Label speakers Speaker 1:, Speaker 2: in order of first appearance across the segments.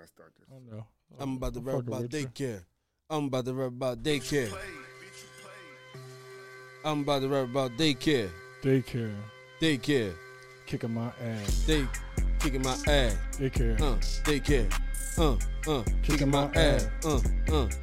Speaker 1: I start this.
Speaker 2: I know.
Speaker 3: I'm about to
Speaker 2: I'm
Speaker 3: rap
Speaker 2: fucking
Speaker 3: about
Speaker 2: with you.
Speaker 3: daycare. I'm about to rap about daycare. I'm about to rap about daycare.
Speaker 2: Daycare.
Speaker 3: Daycare.
Speaker 2: Kicking my ass.
Speaker 3: They kicking my ass.
Speaker 2: Daycare.
Speaker 3: Uh, daycare. Uh, uh, kicking my ass. Uh, uh,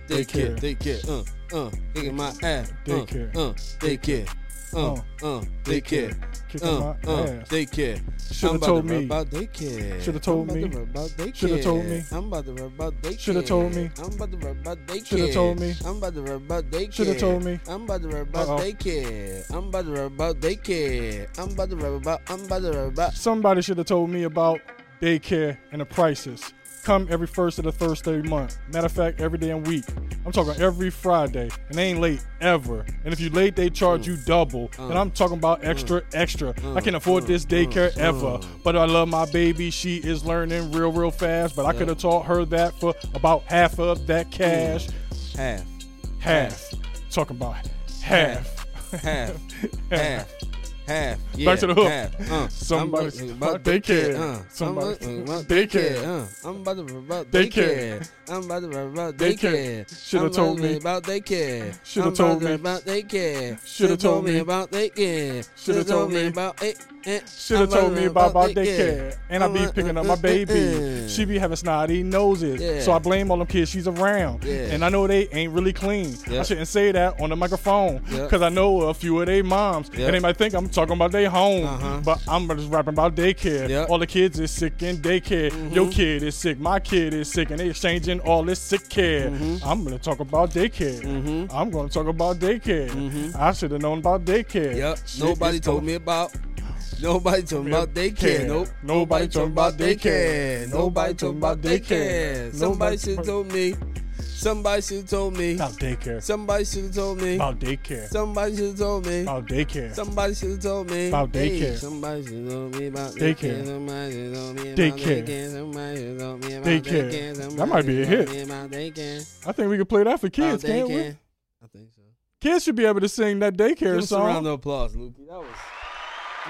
Speaker 3: daycare. Daycare. Uh, uh, kicking my ass. Uh,
Speaker 2: Daycare.
Speaker 3: Uh, daycare. Uh, uh, daycare.
Speaker 2: Kicking
Speaker 3: Uh,
Speaker 2: my
Speaker 3: uh,
Speaker 2: ass.
Speaker 3: daycare.
Speaker 2: Shoulda
Speaker 3: I'm about
Speaker 2: told
Speaker 3: to rap
Speaker 2: me.
Speaker 3: About daycare.
Speaker 2: Shoulda told
Speaker 3: I'm
Speaker 2: me.
Speaker 3: About to rap about daycare.
Speaker 2: Shoulda told me.
Speaker 3: I'm about to rap about daycare.
Speaker 2: Shoulda told me.
Speaker 3: I'm about to rap about daycare.
Speaker 2: Shoulda told me.
Speaker 3: I'm about to rap about daycare.
Speaker 2: Shoulda told me.
Speaker 3: I'm about to rap about
Speaker 2: Uh-oh.
Speaker 3: daycare. I'm about to rap about daycare. I'm about to rap about. I'm about to rap about.
Speaker 2: Somebody should have told me about daycare and the prices. Come every first of the Thursday month. Matter of fact, every damn week. I'm talking every Friday, and they ain't late ever. And if you late, they charge you double. and I'm talking about extra, extra. I can't afford this daycare ever. But I love my baby. She is learning real, real fast. But I could have taught her that for about half of that cash.
Speaker 3: Half.
Speaker 2: Half. Talking about half.
Speaker 3: half, half, half. Yeah,
Speaker 2: Back to the hook.
Speaker 3: Half. Uh,
Speaker 2: Somebody
Speaker 3: I'm
Speaker 2: talking
Speaker 3: about
Speaker 2: about daycare.
Speaker 3: Uh,
Speaker 2: Somebody
Speaker 3: I'm about-
Speaker 2: talking
Speaker 3: about
Speaker 2: about
Speaker 3: Uh, I'm about to rap
Speaker 2: Daycare.
Speaker 3: about daycare. I'm about to rap about
Speaker 2: Daycare.
Speaker 3: daycare.
Speaker 2: Shoulda
Speaker 3: I'm
Speaker 2: told
Speaker 3: about to
Speaker 2: me.
Speaker 3: rap about daycare.
Speaker 2: Shoulda
Speaker 3: I'm
Speaker 2: told
Speaker 3: about to
Speaker 2: me.
Speaker 3: rap about daycare.
Speaker 2: Shoulda told me.
Speaker 3: about daycare.
Speaker 2: Shoulda told me.
Speaker 3: about it.
Speaker 2: Should have told me about my daycare. And I be picking up my baby. She be having snotty noses.
Speaker 3: Yeah.
Speaker 2: So I blame all them kids she's around.
Speaker 3: Yeah.
Speaker 2: And I know they ain't really clean. I
Speaker 3: Yep.
Speaker 2: shouldn't say that on the microphone.
Speaker 3: Yep.
Speaker 2: Because I know a few of they moms.
Speaker 3: Yep.
Speaker 2: And they might think I'm talking about their home.
Speaker 3: Uh-huh.
Speaker 2: But I'm just rapping about daycare.
Speaker 3: Yep.
Speaker 2: All the kids is sick in daycare.
Speaker 3: Mm-hmm.
Speaker 2: Your kid is sick. My kid is sick. And they exchanging all this sick care.
Speaker 3: Mm-hmm.
Speaker 2: I'm going to talk about daycare. I'm going to talk about daycare. I should have known about daycare.
Speaker 3: Yep.
Speaker 2: Shit
Speaker 3: Mm-hmm. Nobody
Speaker 2: is
Speaker 3: told
Speaker 2: going-
Speaker 3: me about. Nobody told me about daycare. Nope.
Speaker 2: Nobody talking about daycare.
Speaker 3: Nobody talking about
Speaker 2: daycare.
Speaker 3: daycare. Somebody
Speaker 2: Nobody
Speaker 3: should
Speaker 2: talking-
Speaker 3: have told me. Somebody should have told me.
Speaker 2: About daycare.
Speaker 3: Somebody should have told me.
Speaker 2: About daycare.
Speaker 3: Somebody should have told me.
Speaker 2: About daycare.
Speaker 3: Somebody should have told me
Speaker 2: About
Speaker 3: Hey,
Speaker 2: daycare.
Speaker 3: somebody should have told me about
Speaker 2: Daycare.
Speaker 3: daycare. Somebody should have told me about
Speaker 2: Daycare.
Speaker 3: daycare. Somebody should have told me about
Speaker 2: Daycare.
Speaker 3: daycare. Somebody
Speaker 2: That might be a
Speaker 3: should
Speaker 2: hit.
Speaker 3: have told me about daycare.
Speaker 2: I think we could play that for kids,
Speaker 3: About
Speaker 2: can't we?
Speaker 3: daycare. I think so.
Speaker 2: Kids should be able to sing that daycare
Speaker 3: Give us a
Speaker 2: song.
Speaker 3: round of applause, Lukey. That was.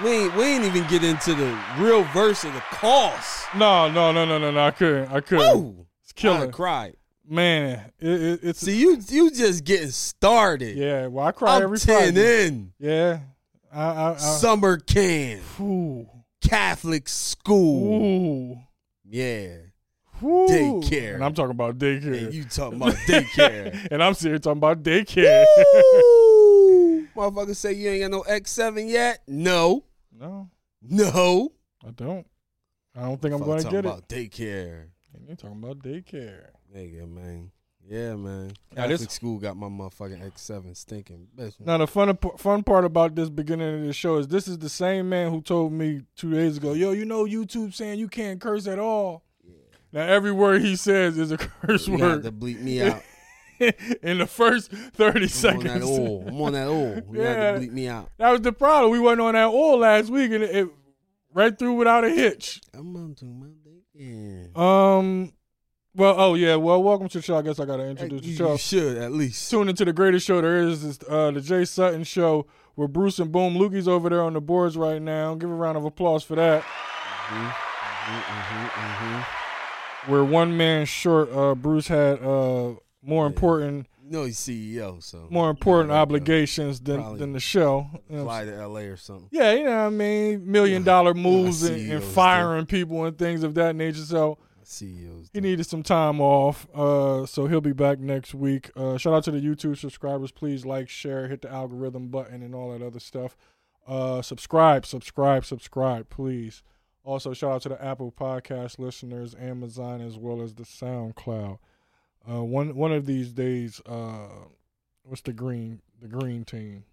Speaker 3: We ain't, we ain't even get into the real verse of the cost.
Speaker 2: No, no, no, no, no, no. I couldn't. I couldn't.
Speaker 3: Woo!
Speaker 2: It's
Speaker 3: I
Speaker 2: killer.
Speaker 3: cried.
Speaker 2: Man, it, it, it's
Speaker 3: See, you you just getting started.
Speaker 2: yeah. Well, I cry
Speaker 3: I'm eh?
Speaker 2: every
Speaker 3: 10
Speaker 2: Friday. Uh-huh.
Speaker 3: in.
Speaker 2: Yeah. I, I, I
Speaker 3: Summer camp,
Speaker 2: ooh,
Speaker 3: Catholic school.
Speaker 2: ooh,
Speaker 3: Yeah.
Speaker 2: ooh.
Speaker 3: Daycare.
Speaker 2: And I'm talking about daycare.
Speaker 3: And you talking about daycare.
Speaker 2: and I'm serious talking about daycare.
Speaker 3: Woo! Motherfucker say you ain't got no X7 yet? No.
Speaker 2: no,
Speaker 3: No.
Speaker 2: I don't. I don't think I'm
Speaker 3: Fuck
Speaker 2: going to
Speaker 3: talking
Speaker 2: get it.
Speaker 3: about daycare.
Speaker 2: And You're talking about daycare.
Speaker 3: Nigga, man. Yeah, man.
Speaker 2: Now,
Speaker 3: Catholic
Speaker 2: this-
Speaker 3: school got my motherfucking X7 stinking. Bitch.
Speaker 2: Now the fun fun part about this beginning of the show is this is the same man who told me two days ago, "Yo, you know YouTube saying you can't curse at all." Now every word he says is a curse
Speaker 3: You
Speaker 2: word
Speaker 3: had to bleep me out.
Speaker 2: in the first thirty
Speaker 3: I'm on that
Speaker 2: seconds.
Speaker 3: oil. I'm on that oil. You had
Speaker 2: Yeah.
Speaker 3: to bleep me out.
Speaker 2: That was the problem. We went on that oil last week and it, it right through without a hitch.
Speaker 3: I'm on to my daycare.
Speaker 2: Um, well, oh yeah, well, welcome to the show. I guess I gotta introduce the
Speaker 3: you,
Speaker 2: show.
Speaker 3: you should at least.
Speaker 2: tune into the greatest show there is, is uh, the Jay Sutton Show with Bruce and Boom. Lukey's over there on the boards right now. Give a round of applause for that.
Speaker 3: Mm-hmm,
Speaker 2: We're one man short. Uh, Bruce had uh, more important,
Speaker 3: No, he's CEO, so
Speaker 2: more important
Speaker 3: Yeah, yeah.
Speaker 2: obligations than,
Speaker 3: Probably
Speaker 2: than the show. You know what I'm
Speaker 3: fly to LA or something.
Speaker 2: yeah, you know what I mean. Million dollar moves and, and
Speaker 3: CEOs do.
Speaker 2: firing people and things of that nature. So
Speaker 3: CEOs.
Speaker 2: he needed some time off, uh, so he'll be back next week. Uh, shout out to the YouTube subscribers. Please like, share, hit the algorithm button, and all that other stuff. Uh, subscribe, subscribe, subscribe, please. Also, shout out to the Apple Podcast listeners, Amazon, as well as the SoundCloud. Uh, one one of these days, uh, what's the green the green team?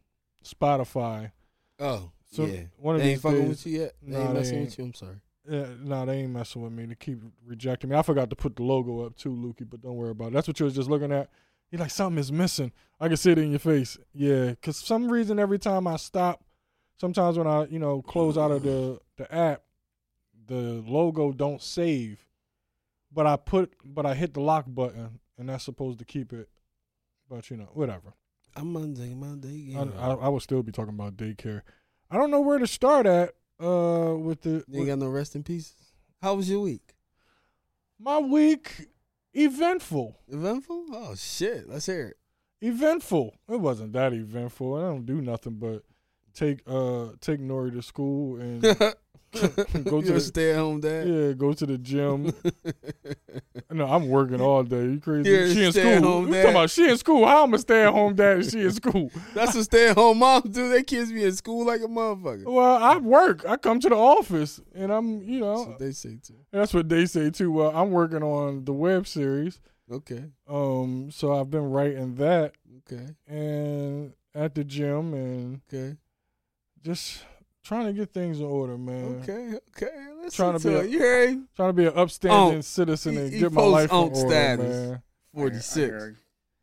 Speaker 2: Spotify.
Speaker 3: Oh,
Speaker 2: So
Speaker 3: yeah.
Speaker 2: one of
Speaker 3: They ain't
Speaker 2: these
Speaker 3: fucking
Speaker 2: days,
Speaker 3: with you yet. They
Speaker 2: Nah,
Speaker 3: ain't
Speaker 2: they
Speaker 3: messing
Speaker 2: ain't.
Speaker 3: with you. I'm sorry.
Speaker 2: yeah, no, they ain't messing with me. They keep rejecting me. I forgot to put the logo up too, Lukey, but don't worry about it. That's what you was just looking at. You're like, something is missing. I can see it in your face. Yeah, because some reason every time I stop, sometimes when I, you know, close out of the, the app, the logo don't save. But I put, but I hit the lock button, and that's supposed to keep it. But, you know, whatever.
Speaker 3: I'm on to my daycare.
Speaker 2: I, I, I will still be talking about daycare. I don't know where to start at uh, with the.
Speaker 3: you ain't got no rest in peace. How was your week?
Speaker 2: My week eventful.
Speaker 3: Eventful? Oh shit! Let's hear it.
Speaker 2: Eventful. It wasn't that eventful. I don't do nothing but take uh take Nori to school and
Speaker 3: go to
Speaker 2: the-
Speaker 3: stay at home dad.
Speaker 2: yeah, go to the gym. no, I'm working all day. You crazy?
Speaker 3: You're a
Speaker 2: she in
Speaker 3: stay-at-home
Speaker 2: school. You
Speaker 3: dad.
Speaker 2: talking about she in school? How I'm a stay at home dad? if She in school.
Speaker 3: That's what stay at home moms do. They kids be in school like a motherfucker.
Speaker 2: Well, I work. I come to the office, and I'm you know
Speaker 3: That's what they say too.
Speaker 2: That's what they say too. Well, I'm working on the web series.
Speaker 3: Okay,
Speaker 2: Um, so I've been writing that
Speaker 3: okay,
Speaker 2: and at the gym and
Speaker 3: okay,
Speaker 2: just trying to get things in order, man.
Speaker 3: okay, okay. Listen
Speaker 2: Trying to
Speaker 3: to,
Speaker 2: be a-
Speaker 3: it. You heard him?
Speaker 2: Trying to be an upstanding
Speaker 3: Unk.
Speaker 2: citizen
Speaker 3: Oh, He-
Speaker 2: and
Speaker 3: he
Speaker 2: get my life
Speaker 3: posts
Speaker 2: in
Speaker 3: unk
Speaker 2: order,
Speaker 3: status.
Speaker 2: man.
Speaker 3: forty six.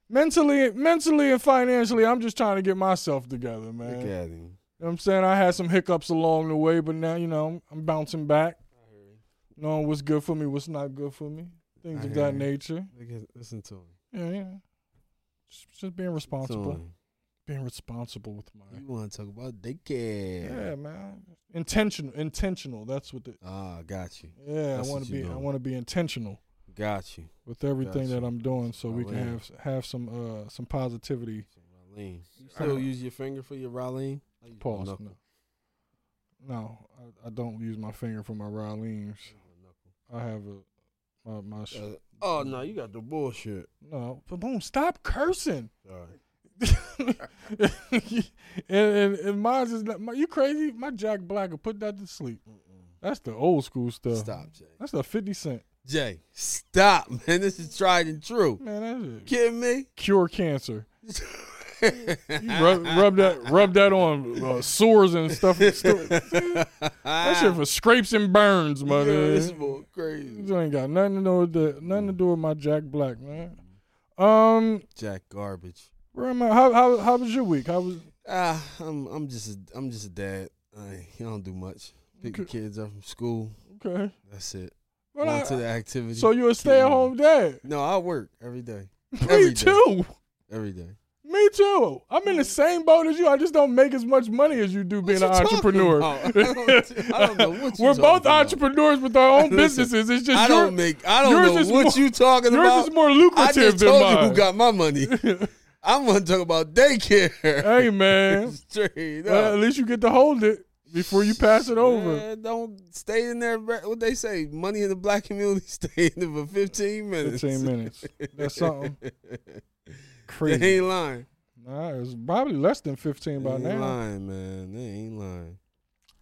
Speaker 2: Mentally, mentally and financially, I'm just trying to get myself together, man. You
Speaker 3: Look
Speaker 2: know
Speaker 3: at him.
Speaker 2: what I'm saying? I had some hiccups along the way, but now, you know, I'm bouncing back, knowing what's good for me, what's not good for me, things
Speaker 3: I
Speaker 2: of
Speaker 3: hear
Speaker 2: that
Speaker 3: you.
Speaker 2: nature.
Speaker 3: Look at- Listen to him.
Speaker 2: Yeah, yeah. Just, just being
Speaker 3: Listen to
Speaker 2: responsible.
Speaker 3: him.
Speaker 2: Being responsible with my.
Speaker 3: You want to talk about
Speaker 2: Yeah,
Speaker 3: daycare?
Speaker 2: man. Intentional. Intentional. That's what the.
Speaker 3: Ah, got you,
Speaker 2: Yeah,
Speaker 3: That's
Speaker 2: I want to
Speaker 3: what you
Speaker 2: be. I
Speaker 3: doing.
Speaker 2: want to be intentional
Speaker 3: got you.
Speaker 2: with everything
Speaker 3: Gotcha.
Speaker 2: that I'm doing, so we can
Speaker 3: Alright.
Speaker 2: have have some uh some positivity.
Speaker 3: Raleen. You still use your finger for your Oh, Raleen? I use my
Speaker 2: Pause.
Speaker 3: knuckle.
Speaker 2: No, no I, I don't use my finger for my Ryleens. I have a my my. Sh-
Speaker 3: Uh, oh no, you got the bullshit.
Speaker 2: no, but boom! Stop cursing.
Speaker 3: Sorry.
Speaker 2: and, and and mine's is not. My, you crazy? My Jack Black will put that to sleep. That's the old school stuff.
Speaker 3: Stop, Jay.
Speaker 2: That's the 50 Cent.
Speaker 3: Jay, stop, man. This is tried and true.
Speaker 2: Man, that's it.
Speaker 3: Kidding me?
Speaker 2: Cure cancer. You rub, rub that rub that on uh, sores and stuff. that shit for scrapes and burns,
Speaker 3: Ah. Yeah,
Speaker 2: mother.
Speaker 3: this boy crazy.
Speaker 2: you ain't got nothing to do with that. Nothing to do with my Jack Black, man.
Speaker 3: Mm-hmm.
Speaker 2: Um,
Speaker 3: Jack garbage.
Speaker 2: where am I? How how how was your week? How was
Speaker 3: Ah, I'm I'm just a, I'm just a dad. I, I don't do much. Pick the
Speaker 2: Okay.
Speaker 3: kids up from school.
Speaker 2: okay?
Speaker 3: That's it.
Speaker 2: Well,
Speaker 3: On
Speaker 2: I-
Speaker 3: to the activity.
Speaker 2: so you a stay at home dad?
Speaker 3: no, I work every day. Every
Speaker 2: Me
Speaker 3: day.
Speaker 2: too.
Speaker 3: Every day.
Speaker 2: Me too. I'm in the same boat as you. I just don't make as much money as Mm. you do being
Speaker 3: you
Speaker 2: an
Speaker 3: talking
Speaker 2: entrepreneur.
Speaker 3: about? I don't- I don't know what you
Speaker 2: We're both
Speaker 3: talking about.
Speaker 2: entrepreneurs with our own
Speaker 3: Listen,
Speaker 2: businesses. It's just
Speaker 3: I
Speaker 2: your-
Speaker 3: don't make. I don't
Speaker 2: yours
Speaker 3: know
Speaker 2: is
Speaker 3: what
Speaker 2: more-
Speaker 3: you talking
Speaker 2: yours
Speaker 3: about.
Speaker 2: is more
Speaker 3: I
Speaker 2: lucrative
Speaker 3: just
Speaker 2: than
Speaker 3: told
Speaker 2: mine.
Speaker 3: you who got my money. I'm gonna talk about daycare.
Speaker 2: hey man,
Speaker 3: Straight
Speaker 2: well, at
Speaker 3: up.
Speaker 2: least you get to hold it before you pass it over.
Speaker 3: Man, don't stay in there. bro. What they say, money in the black community, stay in there for 15 minutes.
Speaker 2: Fifteen minutes. That's something
Speaker 3: They
Speaker 2: crazy.
Speaker 3: ain't lying.
Speaker 2: Nah, it's probably less than fifteen
Speaker 3: They
Speaker 2: by
Speaker 3: ain't
Speaker 2: now.
Speaker 3: lying, man. They ain't lying.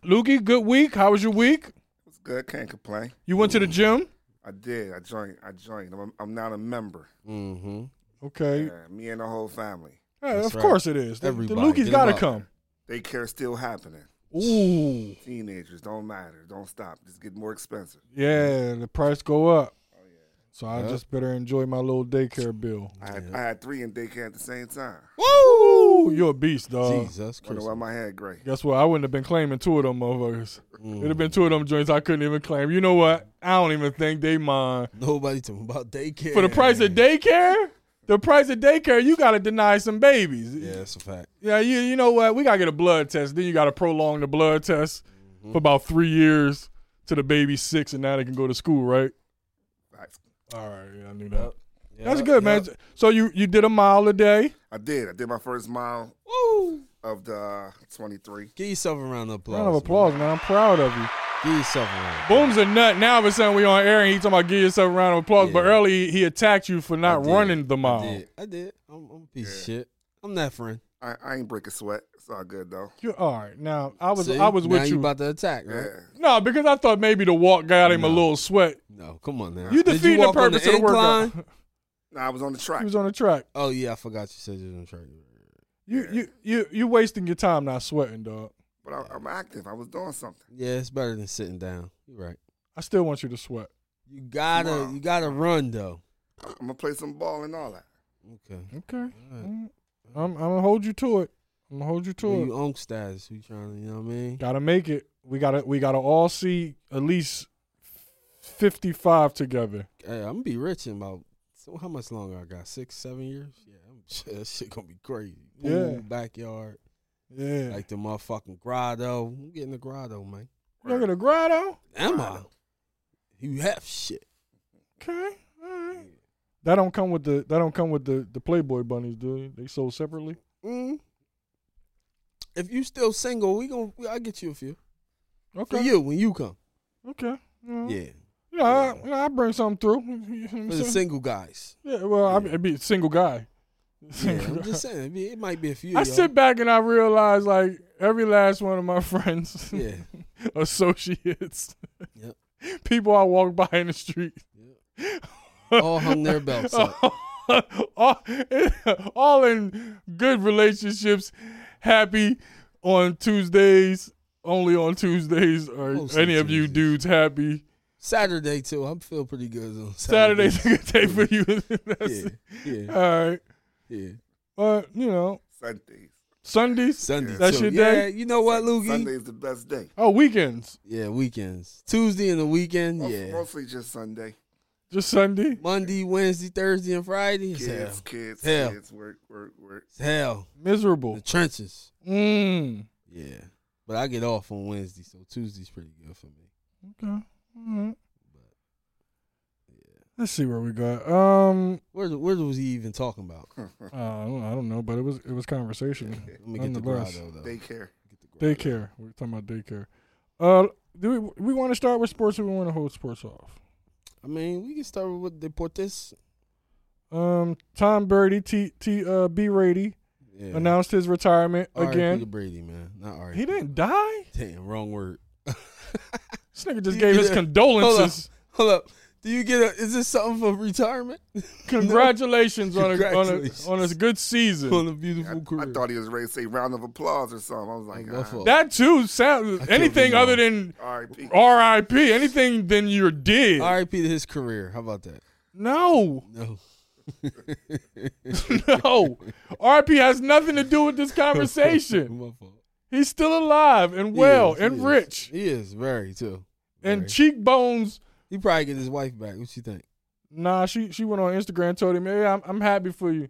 Speaker 2: Lukey, good week. How was your week?
Speaker 4: It's good. Can't complain.
Speaker 2: You went to the gym.
Speaker 4: I did. I joined. I joined. I'm, I'm not a member.
Speaker 3: Mm-hmm.
Speaker 2: Okay,
Speaker 4: Yeah, me and the whole family.
Speaker 2: Yeah,
Speaker 3: That's
Speaker 2: of
Speaker 3: right.
Speaker 2: course it is. The, the
Speaker 3: Everybody,
Speaker 2: Lukey's
Speaker 3: get
Speaker 2: got to
Speaker 3: him out.
Speaker 2: come.
Speaker 4: Daycare still happening.
Speaker 2: Ooh,
Speaker 4: Teenagers don't matter. Don't stop. Just get more expensive.
Speaker 2: yeah, Oh, the price go up. So I
Speaker 3: Yeah.
Speaker 2: just better enjoy my little daycare bill.
Speaker 4: I had, I had three in daycare at the same time.
Speaker 2: Woo, you're a beast, dog.
Speaker 3: Jesus
Speaker 4: Wonder
Speaker 3: Christ.
Speaker 4: why my hair gray.
Speaker 2: Guess what? I wouldn't have been claiming two of them motherfuckers. It'd
Speaker 3: Mm.
Speaker 2: have been two of them joints I couldn't even claim. You know what? I don't even think they mind.
Speaker 3: Nobody talking about daycare.
Speaker 2: For the price of daycare, the price of daycare, you gotta deny some babies.
Speaker 3: Yeah, that's a fact.
Speaker 2: Yeah, you you know what? We gotta get a blood test. Then you gotta prolong the blood test for about three years to the baby's six, and now they can go to school, right?
Speaker 4: Facts.
Speaker 2: All right, yeah, I knew that.
Speaker 3: Yeah,
Speaker 2: That's good, man.
Speaker 3: yeah.
Speaker 2: So you you did a mile a day.
Speaker 4: I did. I did my first mile
Speaker 3: Woo.
Speaker 4: of the uh, 23.
Speaker 3: Give yourself a round of applause.
Speaker 2: Round of
Speaker 3: man.
Speaker 2: applause, man. I'm proud of you.
Speaker 3: Give yourself a round.
Speaker 2: Boom's a nut. Now all of a sudden we on air and he talking about give yourself a round of applause. But
Speaker 3: Yeah.
Speaker 2: early he attacked you for
Speaker 3: I
Speaker 2: not
Speaker 3: did.
Speaker 2: running the mile.
Speaker 3: I did. I did. I'm, I'm a piece of shit. I'm that friend.
Speaker 4: I, I ain't break a sweat. It's all good though.
Speaker 2: You're all right. Now I was
Speaker 3: See?
Speaker 2: I was
Speaker 3: now
Speaker 2: with
Speaker 3: you
Speaker 2: you.
Speaker 3: about to attack, right?
Speaker 4: Yeah.
Speaker 2: no, because I thought maybe the walk got him a
Speaker 3: No.
Speaker 2: little sweat.
Speaker 3: No, come on now.
Speaker 2: You
Speaker 3: Did
Speaker 2: defeated the
Speaker 3: walk on
Speaker 2: purpose of the workout.
Speaker 3: incline?
Speaker 4: Nah, I was on the
Speaker 2: he
Speaker 4: track.
Speaker 2: was on the track.
Speaker 3: Oh yeah, I forgot you said you was on track.
Speaker 2: You you you you wasting your time not sweating, dog.
Speaker 4: But I, I'm active. I was doing something.
Speaker 3: Yeah, it's better than sitting down. You're right.
Speaker 2: I still want you to sweat.
Speaker 3: You gotta,
Speaker 4: Wow.
Speaker 3: you gotta run though.
Speaker 4: I'm gonna play some ball and all that.
Speaker 3: Okay.
Speaker 2: Okay.
Speaker 3: Alright.
Speaker 2: Mm. I'm I'm gonna hold you to it. I'm gonna hold you to
Speaker 3: When
Speaker 2: it.
Speaker 3: you unk status, you trying to, you know what I mean?
Speaker 2: Gotta make it. We gotta we gotta all see at least fifty five together.
Speaker 3: Hey, I'm gonna be rich in about so how much longer I got? Six, seven years? Yeah, I'm, that shit gonna be crazy. Pool,
Speaker 2: Yeah.
Speaker 3: backyard,
Speaker 2: Yeah.
Speaker 3: like the motherfucking grotto. I'm getting the grotto, man.
Speaker 2: you gonna grotto?
Speaker 3: Am I? You have shit.
Speaker 2: Okay. All right. That don't come with the that don't come with the, the Playboy bunnies, do they? They sold separately.
Speaker 3: Mm. If you still single, we gonna I get you a few
Speaker 2: Okay.
Speaker 3: for you when you come.
Speaker 2: Okay. Yeah.
Speaker 3: Yeah,
Speaker 2: You know, I, you know, I bring something through. You know what I'm
Speaker 3: for the
Speaker 2: saying?
Speaker 3: single guys.
Speaker 2: yeah. Well, I mean, I'd be a single guy.
Speaker 3: Yeah, I'm just saying it be- it might be a few.
Speaker 2: I
Speaker 3: y'all.
Speaker 2: sit back and I realize like every last one of my friends,
Speaker 3: Yeah,
Speaker 2: associates,
Speaker 3: Yep.
Speaker 2: people I walk by in the street,
Speaker 3: all hung their belts up.
Speaker 2: all, all in good relationships, happy on Tuesdays, only on Tuesdays. Are
Speaker 3: Mostly
Speaker 2: any of you
Speaker 3: Tuesdays.
Speaker 2: dudes happy?
Speaker 3: Saturday too. I feel pretty good on Saturday.
Speaker 2: Saturday's a good day for you. That's-
Speaker 3: Yeah, yeah,
Speaker 2: All right,
Speaker 3: yeah.
Speaker 2: but you know
Speaker 4: Sundays.
Speaker 2: Sundays.
Speaker 3: Sunday.
Speaker 2: That's
Speaker 3: too.
Speaker 2: your day?
Speaker 3: Yeah, you know what, Loogie?
Speaker 4: Sunday's the best day.
Speaker 2: Oh, weekends.
Speaker 3: Yeah, weekends. Tuesday and the weekend.
Speaker 4: Most-
Speaker 3: Yeah.
Speaker 4: Mostly just Sunday.
Speaker 2: Just Sunday.
Speaker 3: Monday, Wednesday, Thursday, and Friday. It's hell.
Speaker 4: Kids, kids,
Speaker 3: Hell.
Speaker 4: kids, work, work, work.
Speaker 3: It's hell. The
Speaker 2: Miserable.
Speaker 3: trenches.
Speaker 2: Mm.
Speaker 3: Yeah. But I get off on Wednesday, so Tuesday's pretty good for me.
Speaker 2: Okay. All right.
Speaker 3: But yeah.
Speaker 2: Let's see where we got. Um,
Speaker 3: Where where was he even talking about?
Speaker 2: uh, I don't I don't know, but it was it was conversation.
Speaker 3: Let me get the grotto
Speaker 2: Nonetheless.
Speaker 3: though.
Speaker 4: Daycare.
Speaker 3: Get the grotto.
Speaker 2: Daycare. We're talking about daycare. Uh, do we we want to start with sports or we want to hold sports off?
Speaker 3: I mean, we can start with Deportes.
Speaker 2: Um, Tom Brady, T T uh, B Rady
Speaker 3: Yeah.
Speaker 2: announced his retirement
Speaker 3: R.I.P. to
Speaker 2: again.
Speaker 3: Brady, man. Not R.
Speaker 2: He didn't die.
Speaker 3: Damn, wrong word.
Speaker 2: This nigga just
Speaker 3: You
Speaker 2: gave his
Speaker 3: did-
Speaker 2: condolences.
Speaker 3: Hold up. Do you get a? Is this something for retirement?
Speaker 2: Congratulations, on a, on
Speaker 3: Congratulations.
Speaker 2: a on a good season.
Speaker 3: on a beautiful
Speaker 4: I,
Speaker 3: career.
Speaker 4: I thought he was ready to say round of applause or something. I was like,
Speaker 3: Go for
Speaker 4: ah,
Speaker 3: it.
Speaker 2: That too sounds
Speaker 3: killed
Speaker 2: anything
Speaker 3: him
Speaker 2: other
Speaker 3: off.
Speaker 2: than
Speaker 4: R.I.P.
Speaker 2: Oh. R.I.P. Anything than you're dead.
Speaker 3: R.I.P. to his career. How about that?
Speaker 2: No,
Speaker 3: No.
Speaker 2: no. R.I.P. has nothing to do with this conversation.
Speaker 3: My fault.
Speaker 2: He's still alive and
Speaker 3: He
Speaker 2: well
Speaker 3: is, he
Speaker 2: and
Speaker 3: is.
Speaker 2: rich
Speaker 3: He is very too.
Speaker 2: and
Speaker 3: Very.
Speaker 2: cheekbones.
Speaker 3: he probably get his wife back. What you think?
Speaker 2: Nah, she she went on Instagram and told him, "Hey, I'm I'm happy for you."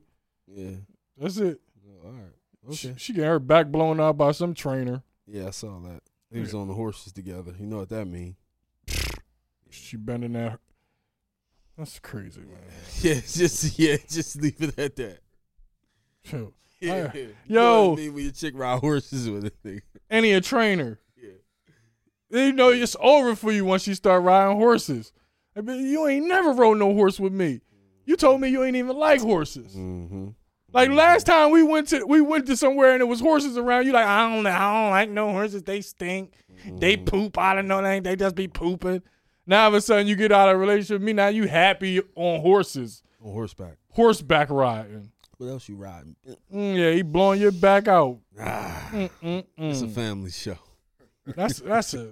Speaker 3: Yeah.
Speaker 2: That's it.
Speaker 3: Oh, all right.
Speaker 2: She-
Speaker 3: Okay.
Speaker 2: She, got her back blown out by some trainer.
Speaker 3: Yeah, I saw that. He was on the horses together. You know what that mean?
Speaker 2: She bending that. That's crazy, man.
Speaker 3: Yeah, just yeah, just leave it at that.
Speaker 2: Shoot.
Speaker 3: Yeah.
Speaker 2: Alright.
Speaker 3: You know
Speaker 2: Yo.
Speaker 3: what I mean when your chick ride horses with a nigga.
Speaker 2: And he a trainer.
Speaker 3: Yeah.
Speaker 2: You know it's over for you once you start riding horses. I mean, you ain't never rode no horse with me. You told me you ain't even like horses.
Speaker 3: Mm-hmm.
Speaker 2: Like last time we went to we went to somewhere and it was horses around. You like I don't I don't like no horses. They stink. They poop. I don't know they they just be pooping. Now all of a sudden you get out of a relationship with me. Now you happy on horses,
Speaker 3: On horseback.
Speaker 2: horseback riding.
Speaker 3: What else you riding?
Speaker 2: Mm, yeah, he blowing your back out.
Speaker 3: Ah, it's a
Speaker 2: Mm-mm-mm.
Speaker 3: family show.
Speaker 2: That's that's a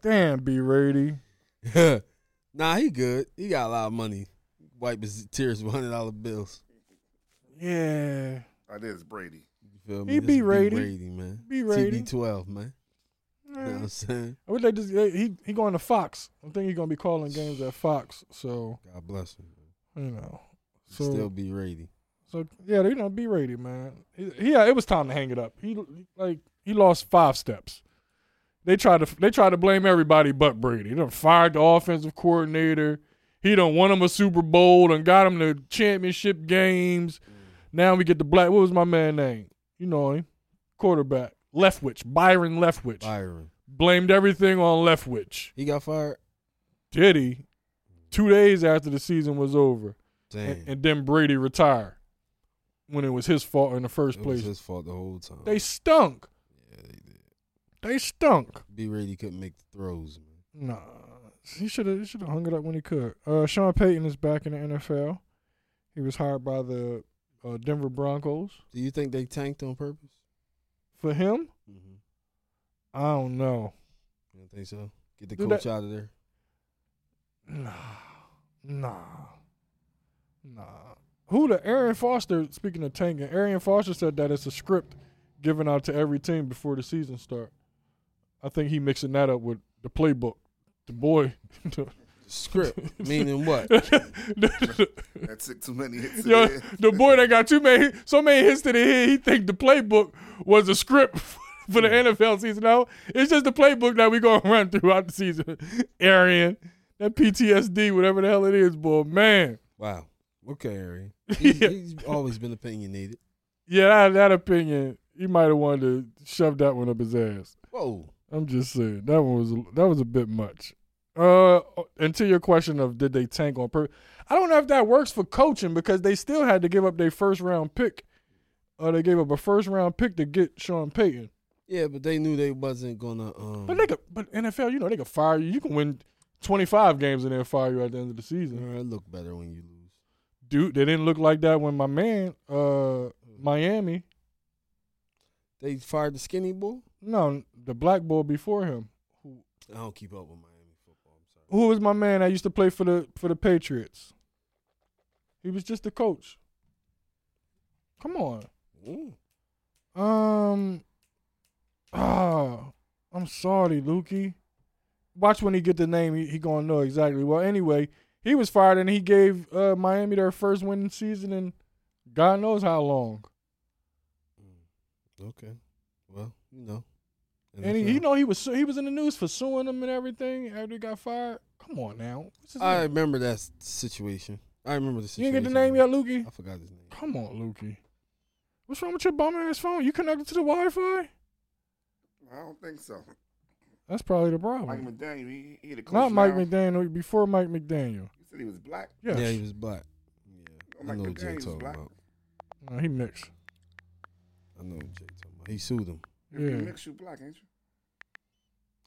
Speaker 2: damn B Rady.
Speaker 3: nah, he good. He got a lot of money. Wipe his tears with hundred dollar bills.
Speaker 2: Yeah,
Speaker 4: That Oh, is Brady.
Speaker 3: You feel me?
Speaker 2: He
Speaker 3: This
Speaker 2: be
Speaker 3: is
Speaker 2: Rady.
Speaker 3: man.
Speaker 2: B Rady.
Speaker 3: TB twelve, man. You
Speaker 2: Eh.
Speaker 3: know what I'm saying?
Speaker 2: I would like to. see- He he going to Fox. I think he's gonna be calling games at Fox. So
Speaker 3: God bless him. man.
Speaker 2: you know.
Speaker 3: He
Speaker 2: So
Speaker 3: Still be Rady.
Speaker 2: So yeah, you know, be ready, man. He, he- yeah, it was time to hang it up. He like he lost five steps. They tried to they tried to blame everybody but Brady. They done fired the offensive coordinator. He done won him a Super Bowl and got him the championship games. Now we get the black. What was my man name? You know him, quarterback Leftwich Byron Leftwich.
Speaker 3: Byron.
Speaker 2: Blamed everything on Leftwich.
Speaker 3: He got fired.
Speaker 2: Did he? Two days after the season was over,
Speaker 3: Damn.
Speaker 2: and, and then Brady retired when it was his fault in the first
Speaker 3: it was
Speaker 2: place.
Speaker 3: his fault the whole time.
Speaker 2: They stunk.
Speaker 3: yeah, they did.
Speaker 2: They stunk.
Speaker 3: B Rady couldn't make the throws, man.
Speaker 2: Nah, he should have. He should have hung it up when he could. Uh, Sean Payton is back in the NFL. He was hired by the uh, Denver Broncos.
Speaker 3: Do you think they tanked on purpose?
Speaker 2: For him,
Speaker 3: Mm-hmm. You
Speaker 2: I don't know.
Speaker 3: don't think so? Get the
Speaker 2: Do
Speaker 3: coach out of there.
Speaker 2: Nah, nah, nah. Who the Aaron Foster? Speaking of tanking, Aaron Foster said that it's a script given out to every team before the season start. I think he mixing that up with the playbook. The boy,
Speaker 3: Script. Meaning what?
Speaker 4: That took too many hits.
Speaker 2: Yo,
Speaker 4: in
Speaker 2: the boy that got too many, so many hits to the head, he think the playbook was a script for the NFL season. No, it's just the playbook that we gonna run throughout the season. Arian, That PTSD, whatever the hell it is, boy, man.
Speaker 3: Wow. Okay, Harry. He's,
Speaker 2: yeah,
Speaker 3: he's always been opinionated.
Speaker 2: that, that opinion, he might have wanted to shove that one up his ass.
Speaker 3: Whoa.
Speaker 2: I'm just saying that one was that was a bit much. Uh, and to your question of did they tank on purpose? I don't know if that works for coaching because they still had to give up their first round pick. Uh, they gave up a first round pick to get Sean Payton.
Speaker 3: Yeah, but they knew they wasn't gonna. Um,
Speaker 2: But they could, but NFL, you know, they could fire you. You can win 25 games and then fire you at the end of the season.
Speaker 3: Nah, it look better when you lose.
Speaker 2: Dude, they didn't look like that when my man, uh, Miami.
Speaker 3: They fired the skinny boy.
Speaker 2: No, the black boy before him. Who,
Speaker 3: I don't keep up with Miami football. I'm sorry.
Speaker 2: who was my man that used to play for the for the Patriots? He was just the coach. Come on.
Speaker 3: Ooh.
Speaker 2: Um. Ah, I'm sorry, Lukey. Watch when he get the name, he, he gonna know exactly. Well, anyway, he was fired and he gave uh, Miami their first winning season in God knows how long.
Speaker 3: Okay. Well, you know. uh,
Speaker 2: And he,
Speaker 3: NFL.
Speaker 2: you know he was su- he was in the news for suing them and everything after he got fired. Come on now, What's his
Speaker 3: I
Speaker 2: name?
Speaker 3: remember that s- situation. I remember the
Speaker 2: you
Speaker 3: situation.
Speaker 2: didn't get the name yet, Lukey.
Speaker 3: I forgot his name.
Speaker 2: Come on, Lukey. What's wrong with your bum ass phone? You connected to the Wi-Fi?
Speaker 4: I don't think so.
Speaker 2: That's probably the
Speaker 4: Mike
Speaker 2: problem.
Speaker 4: McDaniel, he, he the coach
Speaker 2: Not Mike
Speaker 4: now.
Speaker 2: McDaniel. Before Mike McDaniel.
Speaker 4: He said he was black.
Speaker 2: Yes.
Speaker 3: Yeah, he was black. Yeah, I
Speaker 4: Like
Speaker 3: know
Speaker 4: the
Speaker 3: what Jay
Speaker 4: game's
Speaker 3: talking
Speaker 4: black.
Speaker 3: about.
Speaker 2: No, he mixed.
Speaker 3: I know what Jay talking about. He sued him.
Speaker 4: If you
Speaker 2: Yeah.
Speaker 4: mix, you black, ain't you?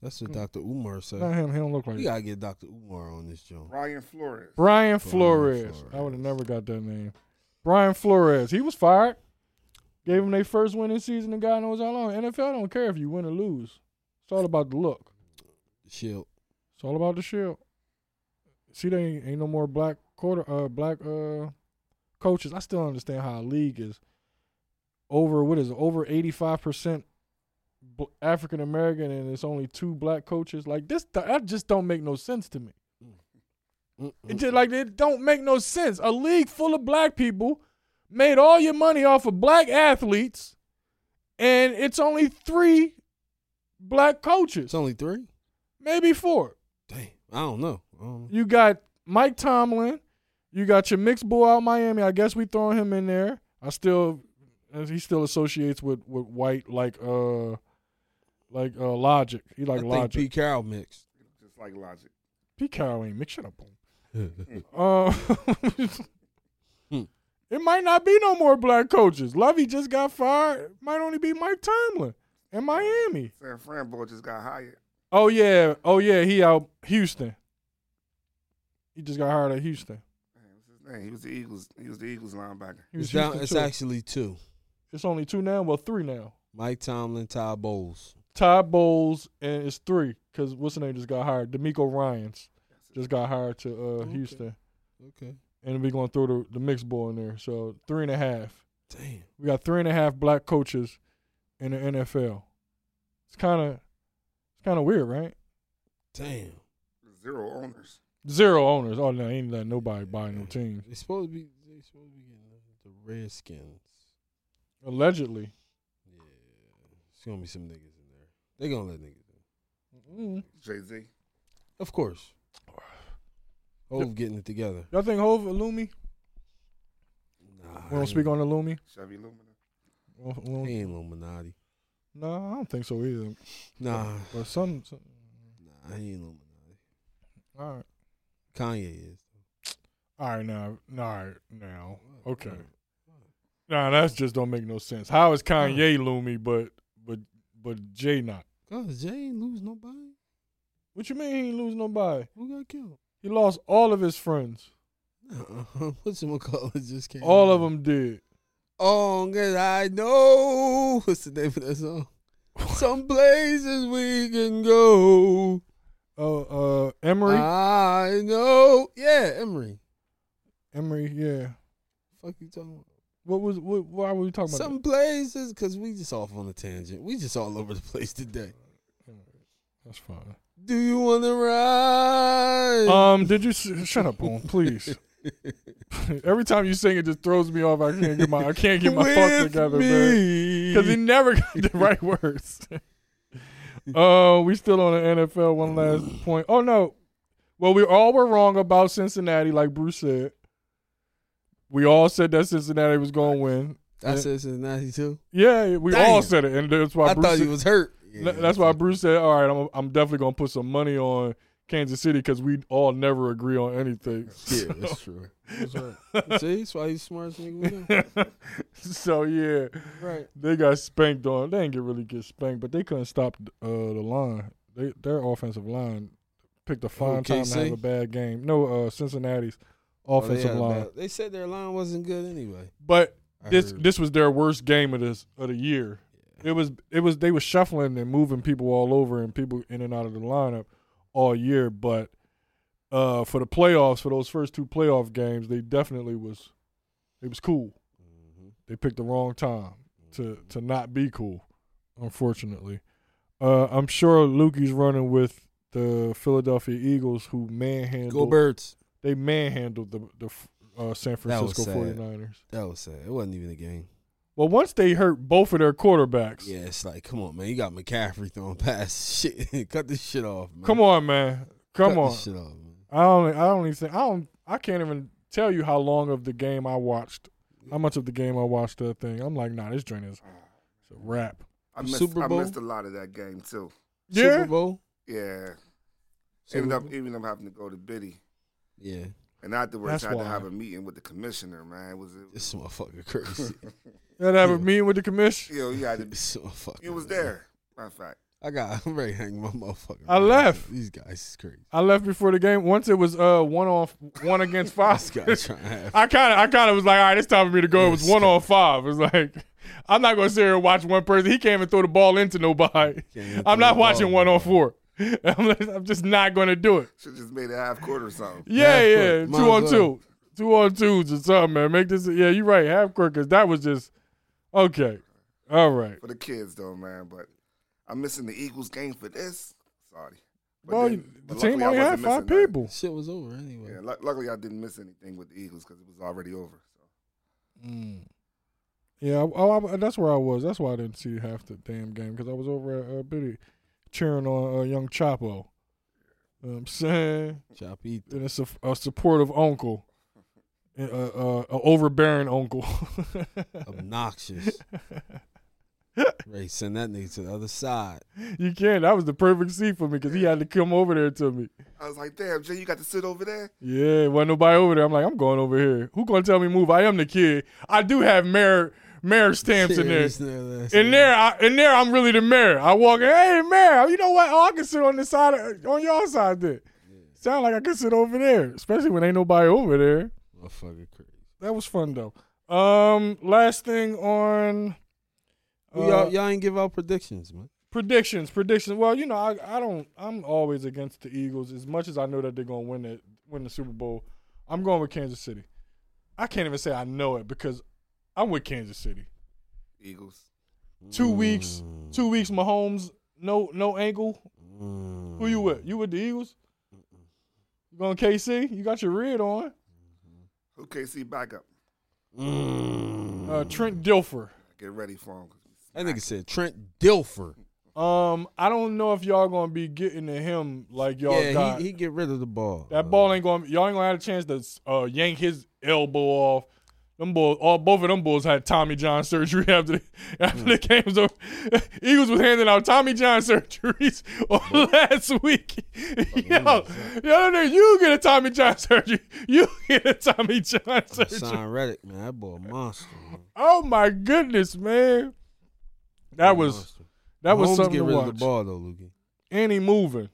Speaker 3: That's what
Speaker 2: Mm.
Speaker 3: Dr. Umar said.
Speaker 2: Not him. He don't look like
Speaker 3: We
Speaker 2: that.
Speaker 3: gotta get Dr. Umar on this joint.
Speaker 4: Brian Flores.
Speaker 2: Brian Flores.
Speaker 3: Flores.
Speaker 2: I would have never got that name. Brian Flores. He was fired. Gave him their first winning season, and God knows how long. NFL don't care if you win or lose. It's all about the look.
Speaker 3: Shield.
Speaker 2: It's all about the shield. See, they ain't, ain't no more black quarter, uh, black uh, coaches. I still don't understand how a league is over what is it, over eighty five percent African American, and it's only two black coaches. Like this, that just don't make no sense to me. It
Speaker 3: Mm-hmm.
Speaker 2: just like it don't make no sense. A league full of black people made all your money off of black athletes, and it's only three black
Speaker 3: It's
Speaker 2: coaches,
Speaker 3: only three?
Speaker 2: maybe four.
Speaker 3: Damn. I don't know. I don't know.
Speaker 2: You got Mike Tomlin, you got your mixed boy out of Miami. I guess we throwing him in there. I still, as he still associates with with white like uh like uh Logic. He
Speaker 3: I
Speaker 2: like
Speaker 3: think
Speaker 2: Logic.
Speaker 3: Pete Carroll mixed.
Speaker 4: Just like logic.
Speaker 2: Pete Carroll ain't mixing up on. Um,
Speaker 3: Hmm.
Speaker 2: it might not be no more black coaches. Lovey just got fired. Might only be Mike Tomlin in Miami.
Speaker 4: San Fran boy just got hired.
Speaker 2: Oh yeah, oh yeah, he out Houston. He just got hired at Houston.
Speaker 4: Man, what's his name? He was the Eagles. He was the Eagles linebacker.
Speaker 2: He was
Speaker 3: it's down,
Speaker 2: Houston
Speaker 3: it's
Speaker 2: too.
Speaker 3: actually two.
Speaker 2: It's only two now. Well, three now.
Speaker 3: Mike Tomlin, Ty Bowles.
Speaker 2: Ty Bowles and it's three because what's the name just got hired? D'Amico Ryan's just got hired to uh,
Speaker 3: Okay.
Speaker 2: Houston,
Speaker 3: Okay.
Speaker 2: and we're gonna throw the the mixed ball in there. So three and a half.
Speaker 3: Damn.
Speaker 2: We got three and a half black coaches in the NFL. It's kind of it's kind of weird, right?
Speaker 3: Damn.
Speaker 4: Zero owners.
Speaker 2: Zero owners. Oh no, ain't letting nobody buy no teams.
Speaker 3: They supposed to be they supposed to be getting the Redskins.
Speaker 2: Allegedly.
Speaker 3: Yeah. It's gonna be some niggas in there. They gonna let niggas in.
Speaker 2: Mm.
Speaker 4: Jay Z.
Speaker 3: Of course. Oh, getting it together.
Speaker 2: Y'all think Hove Illumi?
Speaker 3: Nah,
Speaker 2: We don't speak on Illumi.
Speaker 4: Chevy Lumina.
Speaker 2: We don't- we don't-
Speaker 3: He ain't Illuminati.
Speaker 2: No, I don't think so either.
Speaker 3: Nah,
Speaker 2: But some, some
Speaker 3: nah, he ain't Illuminati.
Speaker 2: all right,
Speaker 3: Kanye is.
Speaker 2: all right now, all right now, okay.
Speaker 3: Alright.
Speaker 2: Nah, that's just don't make no sense. How is Kanye Lumi, but but but Jay not?
Speaker 3: Cause Jay ain't lose nobody.
Speaker 2: What you mean he ain't lose nobody?
Speaker 3: Who got killed?
Speaker 2: He lost all of his friends.
Speaker 3: Nah, what's him call it? Just came.
Speaker 2: All
Speaker 3: out.
Speaker 2: of them did.
Speaker 3: Oh, good. I know. What's the name of that song? Some places we can go.
Speaker 2: Oh, uh, Emery.
Speaker 3: I know. Yeah, Emery.
Speaker 2: Emery, yeah.
Speaker 3: Fuck you talking about?
Speaker 2: What was what? Why were we talking about?
Speaker 3: Some places, cause we just off on a tangent. We just all over the place today.
Speaker 2: that? That's fine.
Speaker 3: Do you want to ride?
Speaker 2: Um, did you s- shut up, Boone? Please. Every time you sing it, just throws me off. I can't get my I can't get my thoughts
Speaker 3: With
Speaker 2: together,
Speaker 3: me.
Speaker 2: man. Because he never got the right words. uh, we still on the NFL. One last point. Oh no, Well, we all were wrong about Cincinnati, like Bruce said. We all said that Cincinnati was going to win.
Speaker 3: I said Cincinnati too.
Speaker 2: Yeah, we all
Speaker 3: Damn.
Speaker 2: said it, and that's why
Speaker 3: I
Speaker 2: Bruce.
Speaker 3: thought
Speaker 2: said-
Speaker 3: he was hurt.
Speaker 2: Th- that's why Bruce said, "All right, I'm I'm definitely gonna put some money on Kansas City because we all never agree on anything."
Speaker 3: Yeah, that's true. That's right. See, that's why he's smart as nigga we know.
Speaker 2: so yeah,
Speaker 3: Right.
Speaker 2: they got spanked on. They didn't get really get spanked, but they couldn't stop uh, the line. They, their offensive line picked a fine time to
Speaker 3: OKC?
Speaker 2: have a bad game. No, uh, Cincinnati's
Speaker 3: Oh, they
Speaker 2: offensive
Speaker 3: had a
Speaker 2: line,
Speaker 3: bad- They said their line wasn't good anyway.
Speaker 2: but
Speaker 3: I
Speaker 2: this
Speaker 3: heard.
Speaker 2: this was their worst game of this of the year. It was it was they were shuffling and moving people all over and people in and out of the lineup all year, but uh, for the playoffs, for those first two playoff games, they definitely was it was cool.
Speaker 3: Mhm.
Speaker 2: They picked the wrong time to to not be cool, unfortunately. Uh, I'm sure Lukey's running with the Philadelphia Eagles who manhandled
Speaker 3: Go Birds.
Speaker 2: they manhandled the the uh, San
Speaker 3: That was
Speaker 2: Francisco
Speaker 3: sad.
Speaker 2: 49ers.
Speaker 3: That was sad. It wasn't even a game.
Speaker 2: Well, once they hurt both of their quarterbacks,
Speaker 3: Yeah, it's like, come on, man. You got McCaffrey throwing pass. Shit, cut this shit off, man.
Speaker 2: Come on, man. Come
Speaker 3: cut
Speaker 2: on.
Speaker 3: This shit off, man.
Speaker 2: I don't. I don't even. Think, I don't. I can't even tell you how long of the game I watched. How much of the game I watched that thing. I'm like, nah, this joint is it's a wrap.
Speaker 4: I missed,
Speaker 3: Super
Speaker 4: I
Speaker 3: Bowl?
Speaker 4: missed a lot of that game too.
Speaker 2: Yeah.
Speaker 3: Super Bowl.
Speaker 4: Yeah,
Speaker 3: Super
Speaker 4: even up
Speaker 3: Bowl?
Speaker 4: even them having to go to Biddy,
Speaker 3: Yeah,
Speaker 4: and afterwards
Speaker 2: That's
Speaker 4: had
Speaker 2: why.
Speaker 4: to have a meeting with the commissioner. Man, it was it,
Speaker 3: this motherfucker crazy.
Speaker 2: That have a
Speaker 3: Yeah.
Speaker 2: meeting with the commission.
Speaker 4: yo, you had to.
Speaker 3: this motherfucker.
Speaker 4: You was
Speaker 3: man.
Speaker 4: there. Matter of fact,
Speaker 3: I got. I'm ready to hang my motherfucker.
Speaker 2: I
Speaker 3: man.
Speaker 2: left.
Speaker 3: These guys is crazy.
Speaker 2: I left before the game. Once it was uh one on one against five.
Speaker 3: This guy trying to have.
Speaker 2: I kind of, I kind of was like, all right, it's time for me to go. It was
Speaker 3: Yes.
Speaker 2: one on five. It was like, I'm not gonna sit here and watch one person. He can't even throw the ball into nobody.
Speaker 3: Can't even throw
Speaker 2: I'm
Speaker 3: the
Speaker 2: not
Speaker 3: ball.
Speaker 2: watching one on four. I'm, like, I'm just not gonna do it.
Speaker 4: should just made a half quarter or something.
Speaker 2: Yeah,
Speaker 3: Half
Speaker 2: yeah.
Speaker 3: court.
Speaker 2: Two
Speaker 3: Might
Speaker 2: on
Speaker 3: as
Speaker 2: two.
Speaker 3: well.
Speaker 2: Two on twos or something, man. Make this yeah, you're right, half court, cause that was just okay. All right.
Speaker 4: For the kids though, man. But I'm missing the Eagles game for this. Sorry. But
Speaker 2: well,
Speaker 4: then-
Speaker 2: the
Speaker 4: but
Speaker 2: team
Speaker 4: luckily I
Speaker 2: only had five
Speaker 4: wasn't missing nothing.
Speaker 2: people.
Speaker 3: Shit was over anyway.
Speaker 4: Yeah, lu- luckily I didn't miss anything with the Eagles because it was already over. So.
Speaker 3: Mm.
Speaker 2: Yeah, oh, I, that's where I was. That's why I didn't see half the damn game because I was over at uh, Biddy cheering on uh, young Chapo. You know what I'm saying,
Speaker 3: Chop eat.
Speaker 2: and it's a, a supportive uncle, a, a, a overbearing uncle.
Speaker 3: Obnoxious. Ray, send that nigga to the other side.
Speaker 2: you can't. That was the perfect seat for me because he had to come over there to me.
Speaker 4: I was like, damn, Jay, you got to sit over there?
Speaker 2: Yeah, wasn't nobody over there. I'm like, I'm going over here. Who gonna tell me move? I am the kid. I do have mayor mayor stamps in there.
Speaker 3: Serious nigga, that's-
Speaker 2: In there, I, in there, I'm really the mayor. I walk in, hey mayor, you know what? Oh, I can sit on the side, of, on your side there. Sound like I can sit over there, especially when ain't nobody over there.
Speaker 3: Motherfucker crazy.
Speaker 2: That was fun though. Um, last thing on
Speaker 3: We-
Speaker 2: uh,
Speaker 3: y'all, y'all ain't give out predictions, man.
Speaker 2: predictions, predictions. Well, you know, I, I don't. I'm always against the Eagles as much as I know that they're gonna win that win the Super Bowl. I'm going with Kansas City. I can't even say I know it because I'm with Kansas City.
Speaker 4: Eagles.
Speaker 2: Two weeks, two weeks. Mahomes, no no ankle. Who you with? You with the Eagles? You going KC? You got your red on.
Speaker 4: Who KC backup?
Speaker 3: Mm-hmm.
Speaker 2: Uh, Trent Dilfer.
Speaker 4: Get ready for him.
Speaker 3: That nigga said Trent Dilfer.
Speaker 2: Um, I don't know if y'all gonna be getting to him like y'all
Speaker 3: yeah,
Speaker 2: got.
Speaker 3: he, he get rid of the ball.
Speaker 2: That ball ain't going. to Y'all ain't gonna have a chance to uh, yank his elbow off. Them bulls, all both of them bulls had Tommy John surgery after the, after the
Speaker 3: Mm.
Speaker 2: game was over. Eagles was handing out Tommy John surgeries on last week. yo, yo, no, you get a Tommy John surgery. You get a Tommy John surgery.
Speaker 3: Sign Reddick, man. That boy a monster. Man.
Speaker 2: Oh my goodness, man. That was
Speaker 3: Monster.
Speaker 2: that was
Speaker 3: Mahomes
Speaker 2: something
Speaker 3: get
Speaker 2: to
Speaker 3: rid of
Speaker 2: watch.
Speaker 3: the ball though, Lukey.
Speaker 2: And he moving.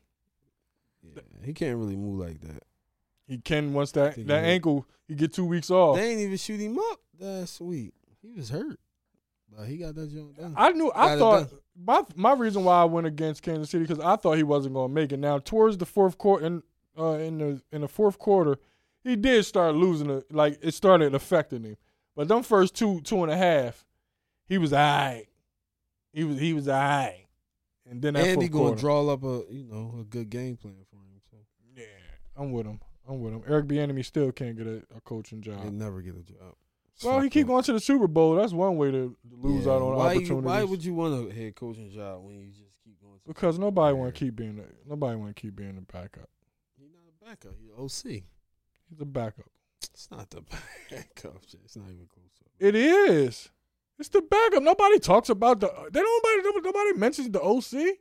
Speaker 3: Yeah, he can't really move like that.
Speaker 2: He can once that
Speaker 3: Think
Speaker 2: that
Speaker 3: he-
Speaker 2: ankle. He get two weeks off.
Speaker 3: They ain't even shoot him up last week. He was hurt, but he got that joint done.
Speaker 2: I knew. I
Speaker 3: Got it
Speaker 2: thought my my reason why I went against Kansas City because I thought he wasn't going to make it. Now towards the fourth quarter, in, uh, in the in the fourth quarter, he did start losing. It, like it started affecting him. But them first two two and a half, he was alright. He was he was alright. And then that
Speaker 3: and he
Speaker 2: fourth
Speaker 3: gonna
Speaker 2: quarter,
Speaker 3: draw up a you know a good game plan for him. So
Speaker 2: yeah, I'm with him. I'm with him. Eric Bieniemy still can't get a, a coaching job.
Speaker 3: he'll never get a job.
Speaker 2: well, he
Speaker 3: Fuck
Speaker 2: keep
Speaker 3: him.
Speaker 2: going to the Super Bowl. That's one way to lose
Speaker 3: Yeah,
Speaker 2: out on
Speaker 3: why
Speaker 2: opportunities.
Speaker 3: You, why would you want a head coaching job when you just keep going? To
Speaker 2: Because nobody want to keep being the, nobody want to keep being the backup.
Speaker 3: He's not a Backup, you OC.
Speaker 2: He's a backup.
Speaker 3: It's not the backup shit. It's not even close. to
Speaker 2: It is. It's the backup. Nobody talks about the. They don't. Nobody, nobody mentions the OC.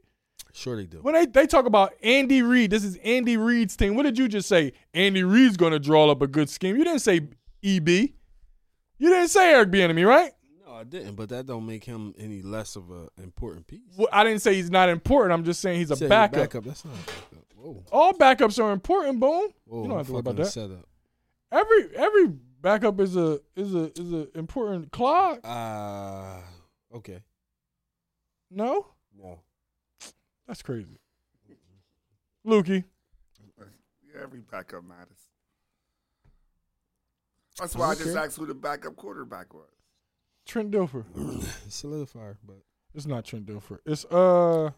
Speaker 3: Sure they do.
Speaker 2: When they, they talk about Andy Reid, this is Andy Reid's team. What did you just say? Andy Reid's going to draw up a good scheme. You didn't say EB. You didn't say Eric Bieniemy, right?
Speaker 3: No, I didn't. But that don't make him any less of a important piece.
Speaker 2: Well, I didn't say he's not important. I'm just saying he's a
Speaker 3: Said he
Speaker 2: backup.
Speaker 3: That's not a backup. Whoa.
Speaker 2: All backups are important. Boom.
Speaker 3: Whoa,
Speaker 2: you don't have to worry about that.
Speaker 3: Setup.
Speaker 2: Every every backup is a is a is a important clock.
Speaker 3: Ah, okay.
Speaker 2: No,
Speaker 3: No.
Speaker 2: that's crazy. Lukey,
Speaker 4: Yeah, every backup matters. That's why I just
Speaker 3: Okay.
Speaker 4: asked who the backup quarterback was.
Speaker 2: Trent Dilfer.
Speaker 3: Solidifier, but
Speaker 2: It's not Trent Dilfer. It's uh,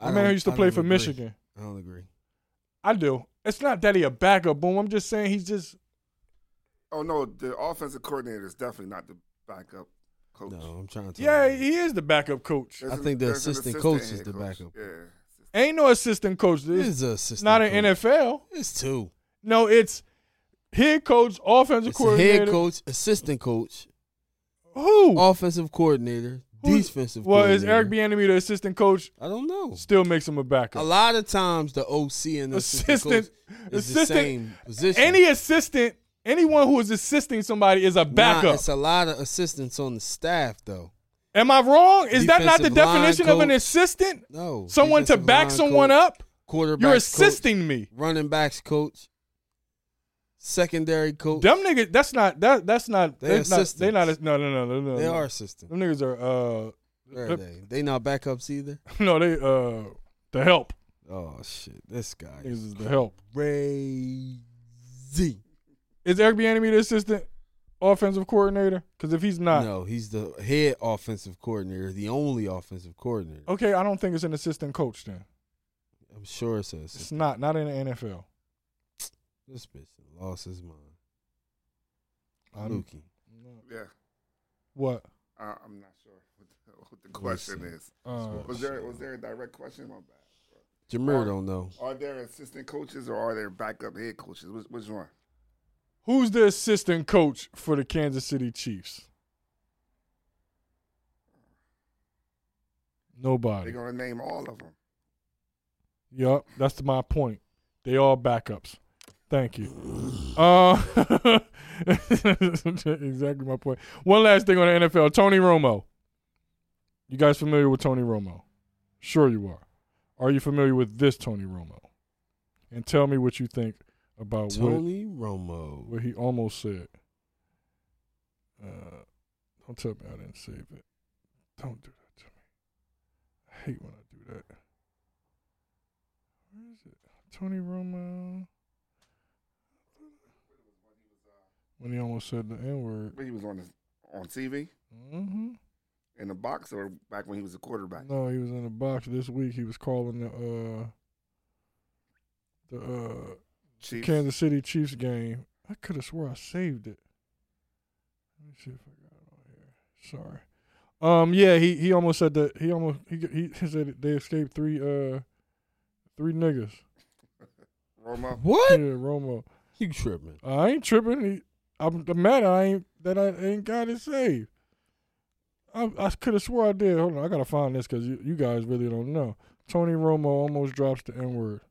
Speaker 2: I man who
Speaker 3: don't-
Speaker 2: used to
Speaker 3: I
Speaker 2: play
Speaker 3: don't
Speaker 2: for
Speaker 3: agree.
Speaker 2: Michigan.
Speaker 3: I don't agree.
Speaker 2: I do. It's not that he a backup, boom. I'm just saying he's just
Speaker 4: Oh no, the offensive coordinator is definitely not the backup coach.
Speaker 3: No, I'm trying to.
Speaker 2: yeah, he is the backup coach.
Speaker 4: There's
Speaker 3: I
Speaker 4: an-
Speaker 3: think the
Speaker 4: there's an
Speaker 3: assistant coach is
Speaker 4: head
Speaker 3: the backup.
Speaker 4: Yeah,
Speaker 2: Ain't no assistant coach.
Speaker 3: This
Speaker 2: It's
Speaker 3: is a system.
Speaker 2: not
Speaker 3: coach.
Speaker 2: an NFL.
Speaker 3: It's two.
Speaker 2: No, it's head coach, offensive
Speaker 3: It's a
Speaker 2: coordinator.
Speaker 3: head coach, assistant coach,
Speaker 2: Who?
Speaker 3: offensive coordinator,
Speaker 2: Who's-
Speaker 3: defensive.
Speaker 2: well,
Speaker 3: coordinator.
Speaker 2: is Eric Bieniemy the assistant coach?
Speaker 3: I don't know.
Speaker 2: Still makes him a
Speaker 3: A
Speaker 2: backup.
Speaker 3: lot of times the OC and the assistant,
Speaker 2: Assistant,
Speaker 3: coach is the
Speaker 2: assistant.
Speaker 3: same position.
Speaker 2: Any assistant, anyone who is assisting somebody is a backup.
Speaker 3: Nah, it's a lot of assistants on the staff though.
Speaker 2: Am I wrong? Is that not the
Speaker 3: Defensive line
Speaker 2: definition of an
Speaker 3: coach.
Speaker 2: assistant?
Speaker 3: No,
Speaker 2: Someone to
Speaker 3: defensive
Speaker 2: back
Speaker 3: line
Speaker 2: someone
Speaker 3: coach,
Speaker 2: up?
Speaker 3: Quarterback,
Speaker 2: You're
Speaker 3: assistant,
Speaker 2: assisting me.
Speaker 3: running backs coach, secondary coach.
Speaker 2: Them niggas, that's not that. That's not.
Speaker 3: They
Speaker 2: They not. They
Speaker 3: assistants.
Speaker 2: not. No, no, no, no, no.
Speaker 3: they
Speaker 2: no.
Speaker 3: are assistant.
Speaker 2: Them niggas are. uh
Speaker 3: Where are they? They not backups either.
Speaker 2: No, they uh the help.
Speaker 3: Oh shit, this guy
Speaker 2: Niggas
Speaker 3: is
Speaker 2: is the help.
Speaker 3: crazy.
Speaker 2: Is Eric Bieniemy the assistant offensive coordinator? Because if he's not,
Speaker 3: No, he's the head offensive coordinator, the only offensive coordinator.
Speaker 2: okay, I don't think it's an assistant coach. Then
Speaker 3: I'm sure it says
Speaker 2: it's not not in the NFL.
Speaker 3: this bitch lost his mind.
Speaker 2: I'm-
Speaker 3: Lukey.
Speaker 4: yeah.
Speaker 2: Um, What?
Speaker 4: I, I'm not sure what the, what the
Speaker 3: me
Speaker 4: question
Speaker 3: see.
Speaker 4: is.
Speaker 2: Uh,
Speaker 4: Was there was there a direct question? My bad.
Speaker 3: Jameer don't know.
Speaker 4: Are there assistant coaches or are there backup head coaches? Which, which one?
Speaker 2: who's the assistant coach for the Kansas City Chiefs?
Speaker 4: They're
Speaker 2: Nobody.
Speaker 4: gonna name all of them.
Speaker 2: Yup, that's my point. They all backups. Thank you. Uh, exactly my point. One last thing on the NFL. Tony Romo. You guys familiar with Tony Romo? Sure you are. Are you familiar with this Tony Romo? And tell me what you think about what,
Speaker 3: Tony Romo.
Speaker 2: what he almost said. Uh, don't tell me I didn't save it. Don't do that to me. I hate when I do that. Where is it? Tony Romo. When he almost said the N word.
Speaker 4: When he was on his, on TV
Speaker 2: hmm
Speaker 4: in the box or back when he was a quarterback.
Speaker 2: No, he was in the box this week. He was calling the uh, the uh,
Speaker 4: Chiefs.
Speaker 2: Kansas City Chiefs game. I could have swore I saved it. Let me see if I got it on here. Sorry. Um. Yeah. He he almost said that. He almost he he said that they escaped three uh three niggas.
Speaker 4: Romo.
Speaker 2: Yeah,
Speaker 3: What?
Speaker 2: Romo.
Speaker 3: You tripping?
Speaker 2: I ain't tripping. He, I'm mad. I ain't that I ain't got it saved. I, I could have swore I did. Hold on, I gotta find this because you, you guys really don't know. Tony Romo almost drops the N word.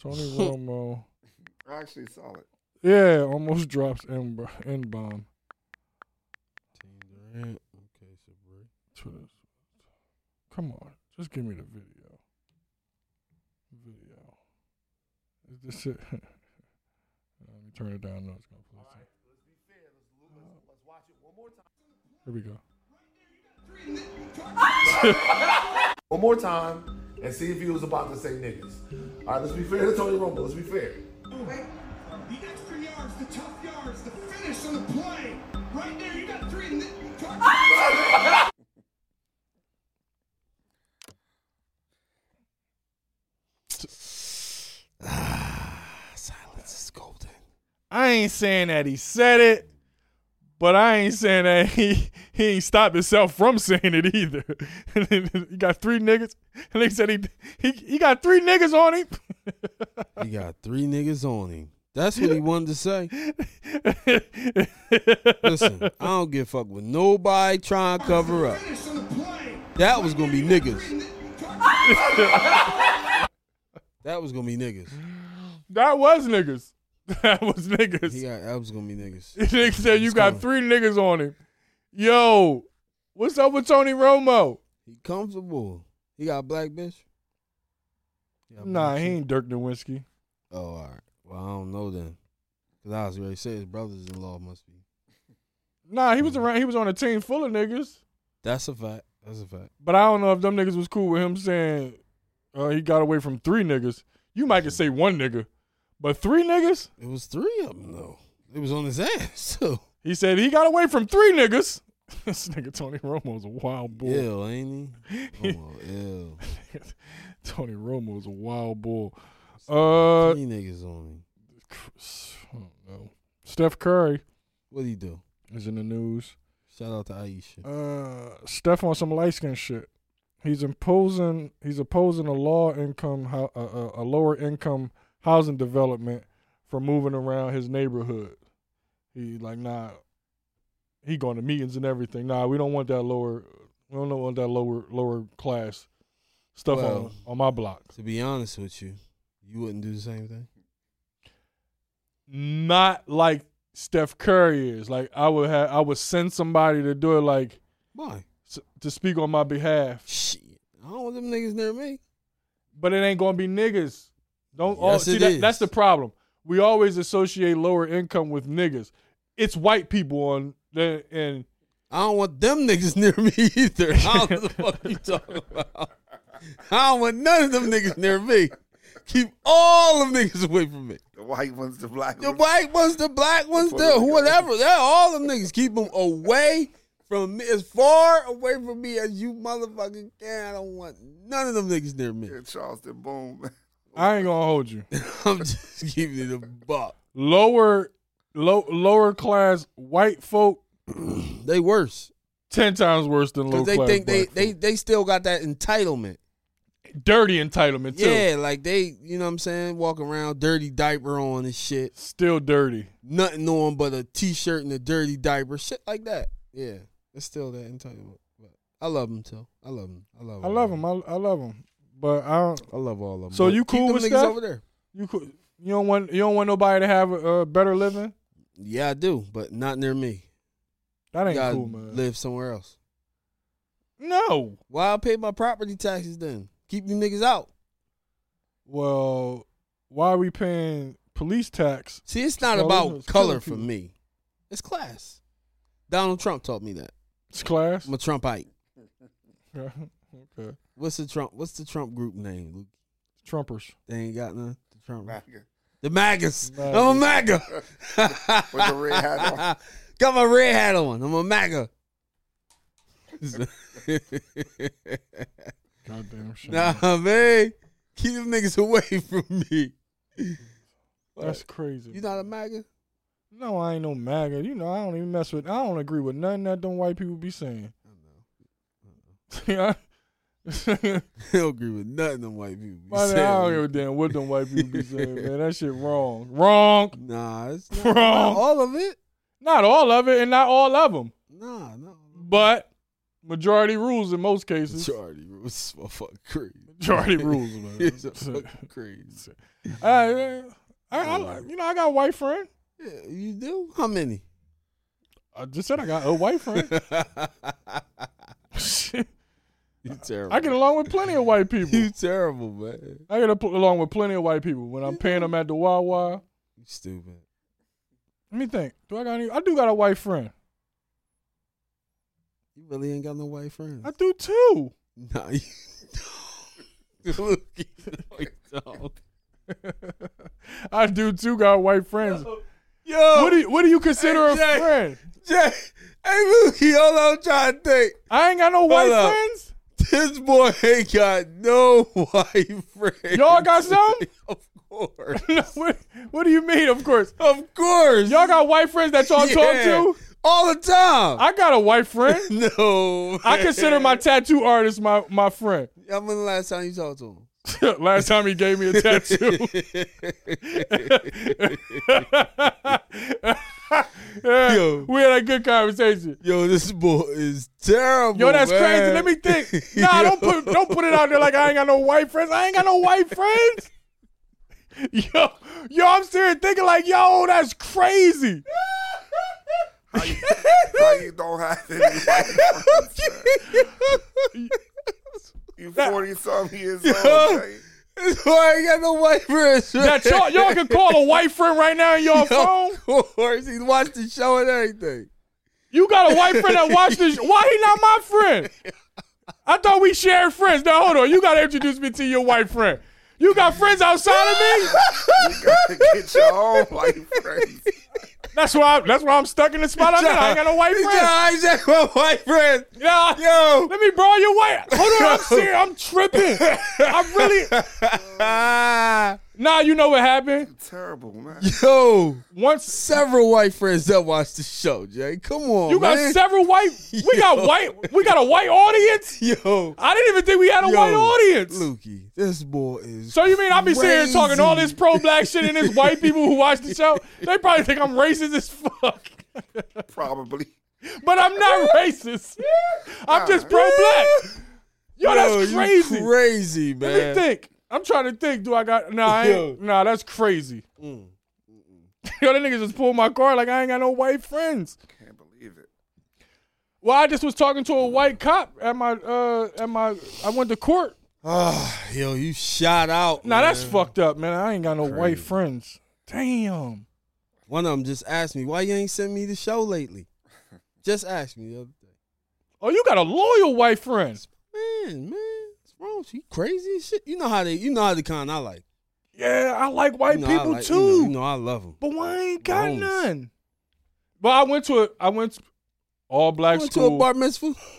Speaker 2: Tony Romo,
Speaker 4: I actually saw it.
Speaker 2: yeah, almost drops N N bomb.
Speaker 3: Durant. Okay, Sabri.
Speaker 2: to this. Come on, just give me the video. Video. Is this it? Let me turn it down. No, it's gonna play.
Speaker 5: Oh.
Speaker 2: Here we go.
Speaker 6: one more time and see if he was about to say niggas. All right, let's be fair to Tony Romo. Let's be fair.
Speaker 7: Wait, the extra yards, the tough yards, the finish on the play. Right there, you got three. And then you talk-
Speaker 3: Ah, Silence is golden.
Speaker 2: I ain't saying that he said it, but I ain't saying that he he ain't stopped himself from saying it either. he got three niggas, and they said he he, he got three niggas on him.
Speaker 3: He got three niggas on him. That's what he wanted to say. Listen, I don't give a fuck with nobody trying to cover up.
Speaker 7: Finish on the plane.
Speaker 3: That was gonna be niggas.
Speaker 7: niggas.
Speaker 3: That was gonna be niggas.
Speaker 5: That was niggas. That was
Speaker 3: He
Speaker 5: niggas.
Speaker 3: got that was gonna be niggas.
Speaker 5: Nigga said you got
Speaker 3: going.
Speaker 5: three niggas on him. Yo, what's up with Tony Romo?
Speaker 3: He comfortable. He got a black bitch. He got a
Speaker 5: Nah,
Speaker 3: black
Speaker 5: he
Speaker 3: chick?
Speaker 5: ain't Dirk Nowinski.
Speaker 3: Oh, all right. Well, I don't know then, cause I was ready to say his brothers-in-law must be.
Speaker 5: Nah, he was around. He was on a team full of niggas.
Speaker 3: That's a fact. That's a fact.
Speaker 5: But I don't know if them niggas was cool with him saying uh, he got away from three niggas. You might could say one nigga, but three niggas.
Speaker 3: It was three of them though. It was on his ass. So
Speaker 5: He said he got away from three niggas. this nigga Tony Romo's a wild boy.
Speaker 3: ill, ain't he? Come on, ill.
Speaker 5: Tony Romo's a wild boy. Uh,
Speaker 3: Three niggas on him.
Speaker 5: I don't know. Steph Curry
Speaker 3: What he do?
Speaker 5: is in the news.
Speaker 3: Shout out to Aisha.
Speaker 5: uh Steph on some light skin shit. He's imposing he's opposing a law income hou- a, a, a lower income housing development for moving around his neighborhood. He like nah. He going to meetings and everything. Nah, we don't want that lower. We don't want that lower lower class stuff on
Speaker 3: Well-
Speaker 5: on my block.
Speaker 3: To be honest with you, you wouldn't do the same thing.
Speaker 5: Not like Steph Curry is. Like I would have I would send somebody to do it like
Speaker 3: Why?
Speaker 5: s- to speak on my behalf.
Speaker 3: Shit. I don't want them niggas near me.
Speaker 5: but it ain't gonna be niggas. Don't all,
Speaker 3: Yes,
Speaker 5: see
Speaker 3: it
Speaker 5: that,
Speaker 3: is.
Speaker 5: that's the problem. We always associate lower income with niggas. It's white people on the and
Speaker 3: I don't want them niggas near me either. I don't know what the fuck you talking about. I don't want none of them niggas near me. Keep all them niggas away from me.
Speaker 4: The white ones, the black
Speaker 3: The
Speaker 4: ones.
Speaker 3: white ones, the black ones, the whatever. They're all them niggas. Keep them away from me, as far away from me as you motherfucking can. I don't want none of them niggas near me.
Speaker 4: Yeah, Charleston, boom.
Speaker 5: I ain't gonna hold you.
Speaker 3: I'm just giving it a buck.
Speaker 5: Lower low lower class white folk
Speaker 3: They worse
Speaker 5: ten times worse than low
Speaker 3: because they
Speaker 5: class.
Speaker 3: think they,
Speaker 5: black
Speaker 3: they they still got that entitlement.
Speaker 5: folk. dirty entitlement too.
Speaker 3: Yeah, like they, you know what I'm saying, walk around dirty diaper on and shit.
Speaker 5: Still dirty.
Speaker 3: Nothing on but a t-shirt and a dirty diaper, shit like that. Yeah, it's still that entitlement. But I love them too. I love them. I love.
Speaker 5: I
Speaker 3: all
Speaker 5: love
Speaker 3: of
Speaker 5: them. I, I love them. But I don't.
Speaker 3: I love all of them.
Speaker 5: So you cool
Speaker 3: keep
Speaker 5: with
Speaker 3: them niggas
Speaker 5: Steph?
Speaker 3: over there?
Speaker 5: You could. You don't want. You don't want nobody to have a, a better living.
Speaker 3: Yeah, I do, but not near me.
Speaker 5: That
Speaker 3: You
Speaker 5: ain't
Speaker 3: gotta
Speaker 5: cool, man.
Speaker 3: live somewhere else.
Speaker 5: No.
Speaker 3: Why I pay my property taxes then? Keep you niggas out.
Speaker 5: Well, why are we paying police tax?
Speaker 3: See, it's not
Speaker 5: Well,
Speaker 3: about
Speaker 5: it's
Speaker 3: color
Speaker 5: killing
Speaker 3: for
Speaker 5: people.
Speaker 3: me. It's class. Donald Trump taught me that.
Speaker 5: It's class.
Speaker 3: I'm a Trumpite.
Speaker 5: okay.
Speaker 3: What's the Trump? What's the Trump group name? Luke?
Speaker 5: Trumpers.
Speaker 3: They ain't got none. The Trump.
Speaker 4: Nigga.
Speaker 3: The MAGAs.
Speaker 5: Magas.
Speaker 3: I'm a MAGA.
Speaker 4: With the red hat on.
Speaker 3: Got my red hat on. I'm a MAGA.
Speaker 5: Goddamn shit.
Speaker 3: nah, man. Keep them niggas away from me.
Speaker 5: That's crazy.
Speaker 3: uh, You not a MAGA?
Speaker 5: no, I ain't no MAGA. You know, I don't even mess with. I don't agree with nothing that them white people be saying. Yeah. Why
Speaker 3: I don't agree with nothing them white people. be
Speaker 5: the-
Speaker 3: saying.
Speaker 5: I don't give a damn what them white people be saying, man. That shit wrong. Wrong.
Speaker 3: Nah, it's not,
Speaker 5: Wrong.
Speaker 3: not all of it.
Speaker 5: Not all of it, and not all of them,
Speaker 3: Nah, no.
Speaker 5: but majority rules in most cases.
Speaker 3: Majority rules my fucking crazy.
Speaker 5: Majority rules, man.
Speaker 3: It's fucking crazy.
Speaker 5: I, I, I, you know, I got a white friend.
Speaker 3: Yeah, you do? How many?
Speaker 5: I just said I got a white friend. Shit.
Speaker 3: you terrible.
Speaker 5: I get along with plenty of white people.
Speaker 3: you terrible, man.
Speaker 5: I get apl- along with plenty of white people when I'm paying them at the Wawa.
Speaker 3: You stupid.
Speaker 5: Let me think. Do I got any? I do got a white friend.
Speaker 3: You really ain't got no white friends.
Speaker 5: I do too.
Speaker 3: Nah, you don't. Look, you know you don't.
Speaker 5: I do too. Got white friends.
Speaker 3: Yo,
Speaker 5: What do you, What do you consider a
Speaker 3: Hey, Jay.
Speaker 5: friend?
Speaker 3: Jay, hey, Mookie, hold on, I'm trying to think.
Speaker 5: I ain't got no white
Speaker 3: up.
Speaker 5: friends.
Speaker 3: This boy ain't got no white friends.
Speaker 5: Y'all got some?
Speaker 3: of course.
Speaker 5: what, what do you mean? Of course.
Speaker 3: Of course.
Speaker 5: Y'all got white friends that y'all talk to.
Speaker 3: all the time.
Speaker 5: I got a white friend.
Speaker 3: no.
Speaker 5: I consider my tattoo artist my my friend.
Speaker 3: I when the last time you talked to him?
Speaker 5: Last time he gave me a tattoo. Yeah,
Speaker 3: Yo.
Speaker 5: we had a good conversation.
Speaker 3: Yo, this boy is terrible.
Speaker 5: Yo, that's
Speaker 3: Oh, man.
Speaker 5: crazy. Let me think. Nah, don't put don't put it out there like I ain't got no white friends. I ain't got no white friends. Yo, yo, I'm serious thinking like, yo, that's crazy.
Speaker 4: How you don't have any white friends, man? You forty something years old.
Speaker 3: Yo.
Speaker 4: man.
Speaker 3: This boy ain't got no white friends.
Speaker 5: That y'all, y'all can call a white friend right now on your phone.
Speaker 3: Of course, he's watched the show and everything.
Speaker 5: You got a white friend that watched this. Why he not my friend? I thought we shared friends. Now hold on. You gotta introduce me to your white friend. You got friends outside of me?
Speaker 4: You gotta get your own white friends.
Speaker 5: That's why. I, that's why I'm stuck in the spot I'm in. I ain't got no white
Speaker 3: He's
Speaker 5: friend.
Speaker 3: got Isaac, my white friend.
Speaker 5: Yeah.
Speaker 3: Yo,
Speaker 5: Let me borrow your white. Hold on. I'm serious. I'm tripping. I really.
Speaker 3: ah,
Speaker 5: Nah. You know what happened?
Speaker 4: Terrible man.
Speaker 3: yo,
Speaker 5: Once
Speaker 3: several white friends that watched the show. Jay, come on,
Speaker 5: you got
Speaker 3: man.
Speaker 5: several white. We got
Speaker 3: Yo.
Speaker 5: white. We got a white audience.
Speaker 3: yo,
Speaker 5: I didn't even think we had a
Speaker 3: yo,
Speaker 5: white audience.
Speaker 3: Lukey, this boy is
Speaker 5: So you mean I be sitting here talking all this
Speaker 3: crazy.
Speaker 5: pro black shit and this white people who watch the show? They probably think I'm racist as fuck.
Speaker 4: Probably.
Speaker 5: But I'm not racist. I'm just pro black. Yo, that's
Speaker 3: you
Speaker 5: crazy.
Speaker 3: crazy, man.
Speaker 5: Let me think. I'm trying to think. Do I got nah? I ain't,
Speaker 3: Yo.
Speaker 5: nah, that's crazy.
Speaker 3: Mm,
Speaker 5: Yo, that nigga just pulled my car like I ain't got no white friends.
Speaker 4: Can't believe it.
Speaker 5: Well, I just was talking to a white cop at my uh at my. I went to court.
Speaker 3: Ah, yo, you shot out.
Speaker 5: Nah, that's
Speaker 3: man.
Speaker 5: fucked up, man. I ain't got no white friends. Damn.
Speaker 3: One of them just asked me why you ain't sent me the show lately. just asked me the other day.
Speaker 5: Oh, you got a loyal white friend.
Speaker 3: Man, man, what's wrong? She crazy as shit. You know how they, you know how the kind I like.
Speaker 5: Yeah, I like white
Speaker 3: You know, I
Speaker 5: people
Speaker 3: like- you
Speaker 5: too.
Speaker 3: know- you know I love them.
Speaker 5: But why I ain't got
Speaker 3: Homies.
Speaker 5: none? But I went to a I went to all black
Speaker 3: Went to a
Speaker 5: school.
Speaker 3: bar mitzvah.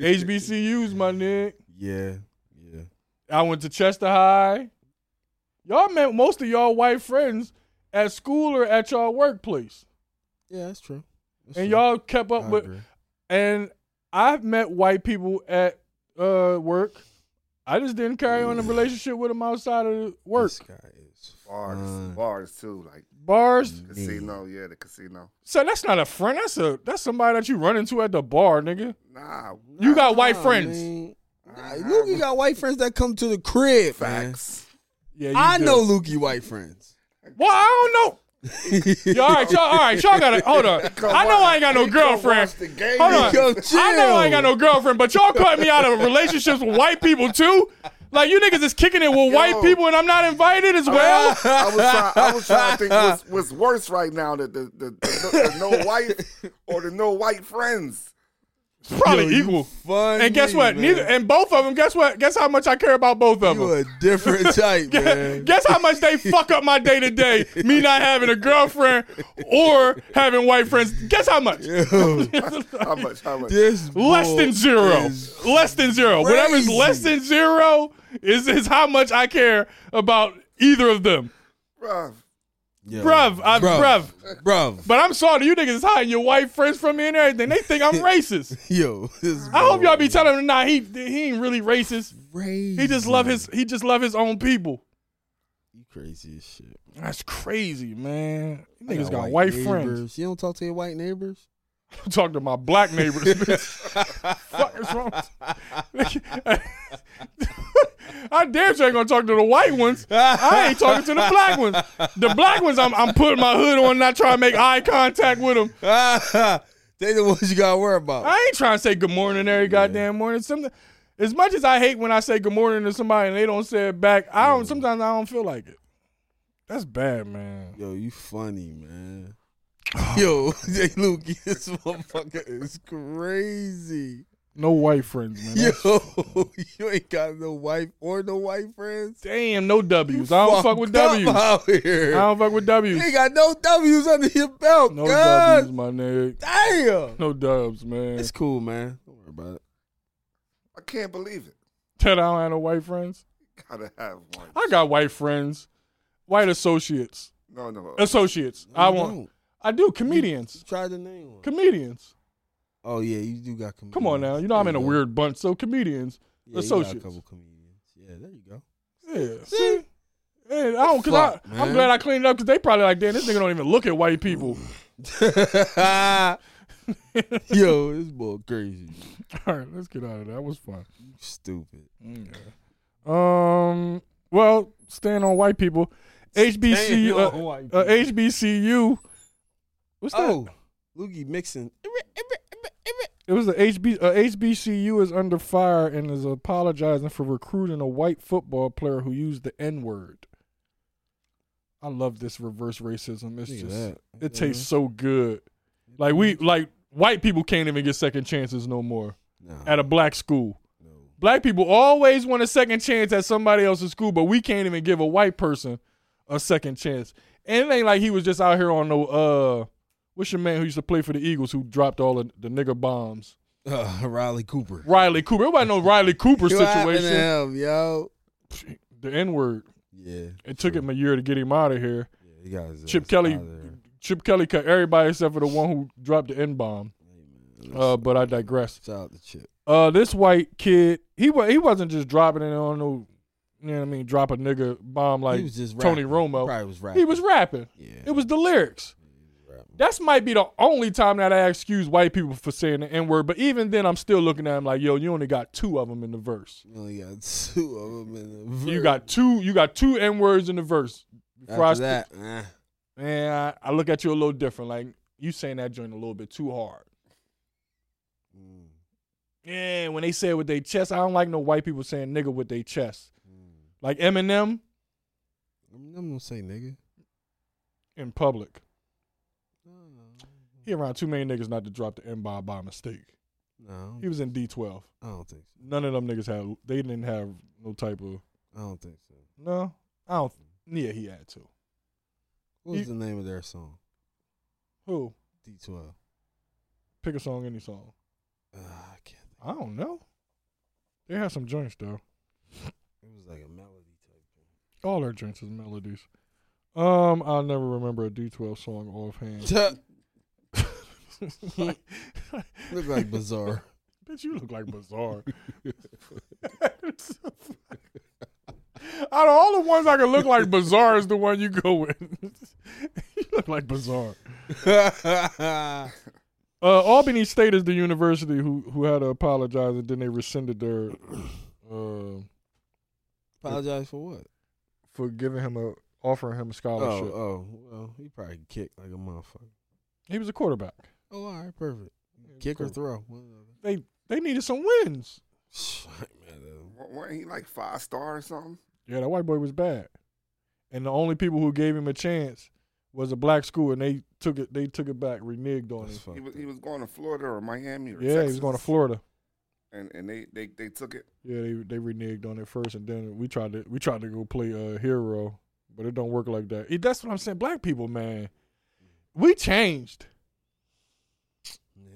Speaker 5: HBCUs, my nigga.
Speaker 3: yeah, yeah.
Speaker 5: I went to Chester High. Y'all met most of y'all white friends at school or at y'all workplace.
Speaker 3: Yeah, that's true. That's
Speaker 5: and
Speaker 3: true.
Speaker 5: y'all kept up
Speaker 3: I
Speaker 5: with
Speaker 3: agree.
Speaker 5: and I've met white people at uh work. I just didn't carry on a relationship with them outside of work.
Speaker 3: This guy is
Speaker 4: Bars,
Speaker 3: fun.
Speaker 4: bars too. Like
Speaker 5: Bars.
Speaker 4: casino, yeah, the casino.
Speaker 5: So that's not a friend. That's a that's somebody that you run into at the bar, nigga.
Speaker 4: Nah,
Speaker 5: You got white
Speaker 3: Nah,
Speaker 5: friends.
Speaker 3: man. Nah,
Speaker 4: I have
Speaker 3: Lukey got white friends that come to the crib. man.
Speaker 4: facts.
Speaker 5: Yeah, you
Speaker 3: I
Speaker 5: do.
Speaker 3: know Lukey white friends.
Speaker 5: Well, I don't know. Yo, all right, y'all, all right, y'all gotta hold on. I know I ain't got no girlfriend.
Speaker 4: The game.
Speaker 5: Hold on.
Speaker 3: Yo, chill.
Speaker 5: I know I ain't got no girlfriend, but y'all cut me out of relationships with white people too. Like you niggas is kicking it with white people, and I'm not invited as well.
Speaker 4: I was trying. I was trying to think what's, what's worse right now: the the, the, the, the no white or the no white friends.
Speaker 5: It's probably
Speaker 3: Yo, you
Speaker 5: equal.
Speaker 3: Fun.
Speaker 5: And guess
Speaker 3: nigga,
Speaker 5: what?
Speaker 3: man.
Speaker 5: Neither and both of them. Guess what? Guess how much I care about both of
Speaker 3: You
Speaker 5: them.
Speaker 3: a different type, man.
Speaker 5: Guess how much they fuck up my day to day. Me not having a girlfriend or having white friends. Guess how much?
Speaker 3: Yo,
Speaker 4: How much? How much?
Speaker 3: this
Speaker 5: Less
Speaker 3: boy
Speaker 5: than zero.
Speaker 3: is-
Speaker 5: Less than zero. Whatever is less than zero is, is how much I care about either of them.
Speaker 4: Bruh,
Speaker 3: Yo,
Speaker 5: Bruv, I, bruv.
Speaker 3: bruv.
Speaker 5: But I'm sorry, you niggas is hiding your white friends from me and everything. They think I'm racist.
Speaker 3: Yo, this
Speaker 5: I hope
Speaker 3: boy
Speaker 5: y'all be telling him, nah, he he ain't really racist.
Speaker 3: crazy.
Speaker 5: He just love his he just love his own people.
Speaker 3: You crazy as shit.
Speaker 5: That's crazy, man. You
Speaker 3: I
Speaker 5: Niggas got, white, friends.
Speaker 3: neighbors. You don't talk to your white neighbors?
Speaker 5: Talk to my black neighbors. bitch. Fuck is wrong? I damn sure ain't gonna talk to the white ones. I ain't talking to the black ones. The black ones, I'm, I'm putting my hood on, not trying to make eye contact with them.
Speaker 3: they the ones you gotta worry about.
Speaker 5: I ain't trying to say good morning every goddamn morning. Some, as much as I hate when I say good morning to somebody and they don't say it back, I don't. Sometimes I don't feel like it. That's bad, man.
Speaker 3: Yo, you funny, man. Yo, Jay Lukey, this motherfucker is crazy.
Speaker 5: No white friends, man. That's-
Speaker 3: Yo, you ain't got no wife or no white friends.
Speaker 5: Damn, no W's. I don't fuck with
Speaker 3: up
Speaker 5: W's. I
Speaker 3: out here.
Speaker 5: don't fuck with W's.
Speaker 3: You ain't got no W's under your belt.
Speaker 5: No
Speaker 3: God
Speaker 5: W's, my nigga.
Speaker 3: damn.
Speaker 5: No dubs, man.
Speaker 3: It's cool, man. Don't worry about it.
Speaker 4: I can't believe it.
Speaker 5: Ted, I don't have no white friends.
Speaker 4: Gotta have one.
Speaker 5: I got white friends, white associates,
Speaker 4: No, no.
Speaker 5: associates. I
Speaker 3: You
Speaker 5: want.
Speaker 3: don't.
Speaker 5: I do comedians,
Speaker 3: Try the name one.
Speaker 5: comedians.
Speaker 3: oh yeah, you do got comedians.
Speaker 5: Come on now, you know I'm in a
Speaker 3: Yeah.
Speaker 5: weird bunch, so comedians.
Speaker 3: yeah, you got a
Speaker 5: associates.
Speaker 3: couple comedians. Yeah. Yeah, there you go.
Speaker 5: Yeah. See? Yeah, I don't, cause
Speaker 3: Fuck,
Speaker 5: I, I'm
Speaker 3: man.
Speaker 5: glad I cleaned up because they probably like, damn, this nigga don't even look at white people.
Speaker 3: Yo, this boy crazy.
Speaker 5: All right, let's get out of there. That was fun.
Speaker 3: Stupid.
Speaker 5: Um, well, staying on white people, HBCU, uh, uh, HBCU. What's that?
Speaker 3: Oh, Loogie Mixon.
Speaker 5: It was the HB, uh, HBCU is under fire and is apologizing for recruiting a white football player who used the N word. I love this reverse racism. It's
Speaker 3: Look at
Speaker 5: just
Speaker 3: that.
Speaker 5: it tastes so good. Like we like white people can't even get second chances no more
Speaker 3: Nah,
Speaker 5: at a black school.
Speaker 3: no.
Speaker 5: Black people always want a second chance at somebody else's school, but we can't even give a white person a second chance. And it ain't like he was just out here on no uh what's your man who used to play for the Eagles who dropped all of the nigger bombs.
Speaker 3: Uh, Riley Cooper.
Speaker 5: Riley Cooper. Everybody know Riley Cooper
Speaker 3: What happened to
Speaker 5: situation.
Speaker 3: him, yo.
Speaker 5: The N word.
Speaker 3: Yeah.
Speaker 5: It took him a year to get him out of here.
Speaker 3: Yeah, he got his
Speaker 5: Chip
Speaker 3: ass
Speaker 5: Kelly-
Speaker 3: out of there.
Speaker 5: Chip Kelly cut everybody except for the one who dropped the N bomb. Uh, but I digress.
Speaker 3: Shout out to Chip.
Speaker 5: Uh, this white kid, he wa- he wasn't just dropping it on no, you know what I mean, drop a nigga bomb like
Speaker 3: he was just
Speaker 5: Tony
Speaker 3: rapping.
Speaker 5: Romo.
Speaker 3: Probably was rapping.
Speaker 5: He was rapping.
Speaker 3: Yeah.
Speaker 5: It was the lyrics.
Speaker 3: rapping.
Speaker 5: That's might be the only time that I excuse white people for saying the N word, but even then, I'm still looking at him like, yo, you only got two of them in the verse.
Speaker 3: You only got two of them in the
Speaker 5: You
Speaker 3: verse.
Speaker 5: got two, you got two N words in the verse. Before I
Speaker 3: After
Speaker 5: st-
Speaker 3: that, eh.
Speaker 5: man, I, I look at you a little different. Like you saying that joint a little bit too hard.
Speaker 3: Mm.
Speaker 5: Yeah, when they say it with their chest, I don't like no white people saying nigga with their chest. Like Eminem
Speaker 3: mm. I'm I'm gonna say nigga.
Speaker 5: in public.
Speaker 3: No,
Speaker 5: He around too many niggas not to drop the N bomb by mistake.
Speaker 3: I don't-
Speaker 5: He was in D12.
Speaker 3: I don't think so.
Speaker 5: None of them niggas had. They didn't have no type of.
Speaker 3: I don't think so.
Speaker 5: No, I don't. Yeah, he had to.
Speaker 3: What was
Speaker 5: You-
Speaker 3: the name of their song?
Speaker 5: Who?
Speaker 3: D12.
Speaker 5: Pick a song, any song.
Speaker 3: Uh, I can't. Think.
Speaker 5: I don't know. They had some joints though.
Speaker 3: It was like a melody type thing.
Speaker 5: All their joints is melodies. Um, I'll never remember a D12 song offhand.
Speaker 3: Look like bizarre.
Speaker 5: Bitch, you look like bizarre. Out of all the ones I can look like bizarre is the one you go with. you look like bizarre. Uh, Albany State is the university who who had to apologize and then they rescinded their uh,
Speaker 3: Apologize for what?
Speaker 5: for giving him a offering him a
Speaker 3: Oh,
Speaker 5: scholarship.
Speaker 3: oh, well, he probably kicked like a motherfucker.
Speaker 5: He was a quarterback.
Speaker 3: Oh, all right, perfect. Kick or throw. one or
Speaker 5: They they needed some wins.
Speaker 3: the other. I ain't mad at him.
Speaker 4: Wa- Wasn't he like five star or something?
Speaker 5: Yeah, that white boy was bad, and the only people who gave him a chance was a black school, and they took it. They took it back, reneged on
Speaker 3: That's
Speaker 5: him.
Speaker 4: He
Speaker 3: fucked
Speaker 4: was,
Speaker 3: up.
Speaker 4: he was going to Florida or Miami or
Speaker 5: Yeah, he was
Speaker 4: Texas,
Speaker 5: going to Florida.
Speaker 4: and and they they, they took it.
Speaker 5: Yeah, they they reneged on it first, and then we tried to we tried to go play uh, hero, but it don't work like that. It- that's what I'm saying. Black people, man, we changed.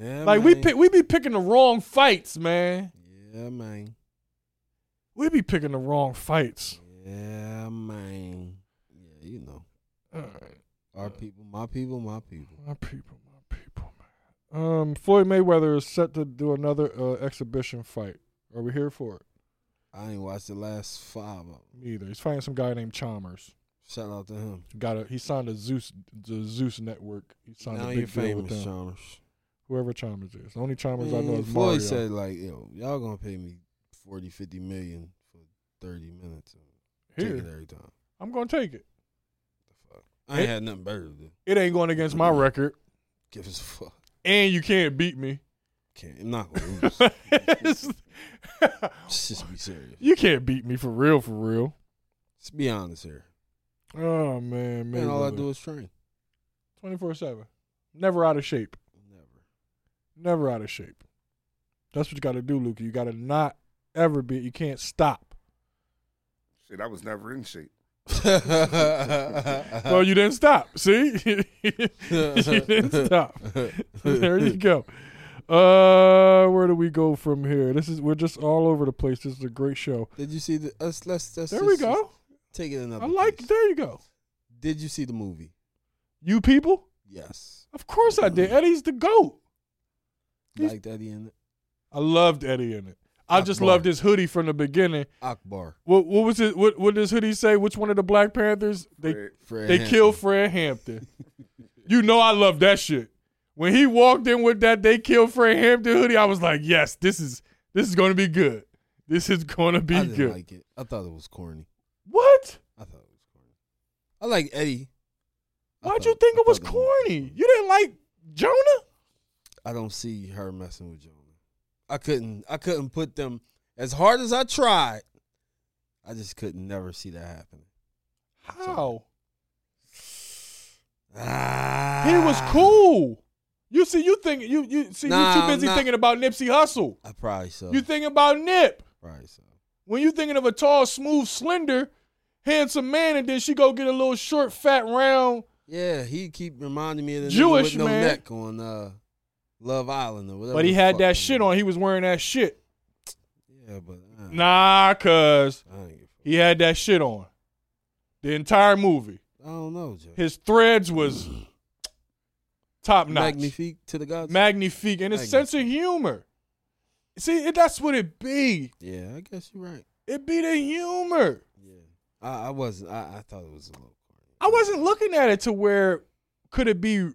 Speaker 3: Yeah,
Speaker 5: Like
Speaker 3: man.
Speaker 5: we pick, we be picking the wrong fights, man.
Speaker 3: Yeah, man.
Speaker 5: We be picking the wrong fights.
Speaker 3: Yeah, man. Yeah, you know.
Speaker 5: Uh,
Speaker 3: Our people, my people, my people.
Speaker 5: my people, my people, man. Um, Floyd Mayweather is set to do another uh, exhibition fight. Are we here for it?
Speaker 3: I ain't watched the last five of them.
Speaker 5: Me either. He's fighting some guy named Chalmers.
Speaker 3: Shout out to him.
Speaker 5: Got a he signed a Zeus the Zeus Network. He signed
Speaker 3: now
Speaker 5: a
Speaker 3: you're
Speaker 5: big deal with
Speaker 3: famous,
Speaker 5: them.
Speaker 3: Chalmers.
Speaker 5: Whoever Chalmers is, the only Chalmers I know
Speaker 3: Mm,
Speaker 5: is
Speaker 3: Floyd
Speaker 5: Mario.
Speaker 3: said, like, yo, y'all gonna pay me 40, 50 million for 30 minutes. and Take it
Speaker 5: Here,
Speaker 3: every time.
Speaker 5: I'm gonna take it.
Speaker 3: I ain't
Speaker 5: It-
Speaker 3: had nothing better to do.
Speaker 5: It ain't going against my record,
Speaker 3: Give us a fuck.
Speaker 5: and you can't beat me.
Speaker 3: Can't. I'm not gonna lose. Let's just be serious.
Speaker 5: you can't beat me for real, for real.
Speaker 3: Let's be honest here.
Speaker 5: Oh man,
Speaker 3: Man,
Speaker 5: man,
Speaker 3: all I do is train.
Speaker 5: twenty four seven, never out of shape,
Speaker 3: Never.
Speaker 5: never out of shape. That's what you got to do, Luke. You got to not ever be. You can't stop.
Speaker 4: Shit, I was never in shape.
Speaker 5: well, you didn't stop. See, you didn't stop. there you go. Uh, where do we go from here? This is we're just all over the place. This is a great show.
Speaker 3: Did you see the? Let's let's, let's
Speaker 5: There
Speaker 3: just-
Speaker 5: we go.
Speaker 3: Take it another.
Speaker 5: I like.
Speaker 3: place.
Speaker 5: There you go.
Speaker 3: Did you see the movie?
Speaker 5: You people.
Speaker 3: Yes.
Speaker 5: Of course I did. Eddie's the goat. He's-
Speaker 3: Liked Eddie in it.
Speaker 5: I loved Eddie in it. I just loved his hoodie from the beginning.
Speaker 3: Akbar.
Speaker 5: What, what was it? What, what does hoodie say? Which one of the Black Panthers? They
Speaker 3: Fred
Speaker 5: they
Speaker 3: Hampton.
Speaker 5: killed Fred Hampton. you know I love that shit. When he walked in with that they killed Fred Hampton hoodie, I was like, yes, this is this is gonna be good. This is gonna be
Speaker 3: I didn't
Speaker 5: good.
Speaker 3: like it. I thought it was corny.
Speaker 5: what?
Speaker 3: I thought it was corny. I like Eddie. I
Speaker 5: Why'd
Speaker 3: thought-
Speaker 5: you think
Speaker 3: I
Speaker 5: it was
Speaker 3: thought
Speaker 5: corny? You didn't like Jonah?
Speaker 3: I don't see her messing with Jonah. I couldn't. I couldn't put them as hard as I tried. I just could never see that happening.
Speaker 5: How?
Speaker 3: Ah,
Speaker 5: He was cool. You see, you think you you see you
Speaker 3: Nah,
Speaker 5: too busy
Speaker 3: nah.
Speaker 5: thinking about Nipsey Hussle.
Speaker 3: I probably so.
Speaker 5: You thinking about Nip.
Speaker 3: probably so.
Speaker 5: When you thinking of a tall, smooth, slender, handsome man, and then she go get a little short, fat, round.
Speaker 3: Yeah, he keep reminding me of the nigga
Speaker 5: Jewish
Speaker 3: with no
Speaker 5: man.
Speaker 3: neck on uh, Love Island or whatever.
Speaker 5: But he
Speaker 3: the
Speaker 5: had
Speaker 3: fuck
Speaker 5: that
Speaker 3: was.
Speaker 5: shit on. He was wearing that shit.
Speaker 3: Yeah, but uh,
Speaker 5: Nah, cuz
Speaker 3: I don't, give a
Speaker 5: he had that shit on. The entire movie.
Speaker 3: fuck. I don't know, Joe.
Speaker 5: His threads was top notch.
Speaker 3: Magnifique to the gods.
Speaker 5: Magnifique. And his sense of humor. See, it, that's what it be.
Speaker 3: yeah, I guess you're right.
Speaker 5: It be the humor.
Speaker 3: Yeah, I, I wasn't. I, I thought it was a little corny.
Speaker 5: I wasn't looking at it to where could it be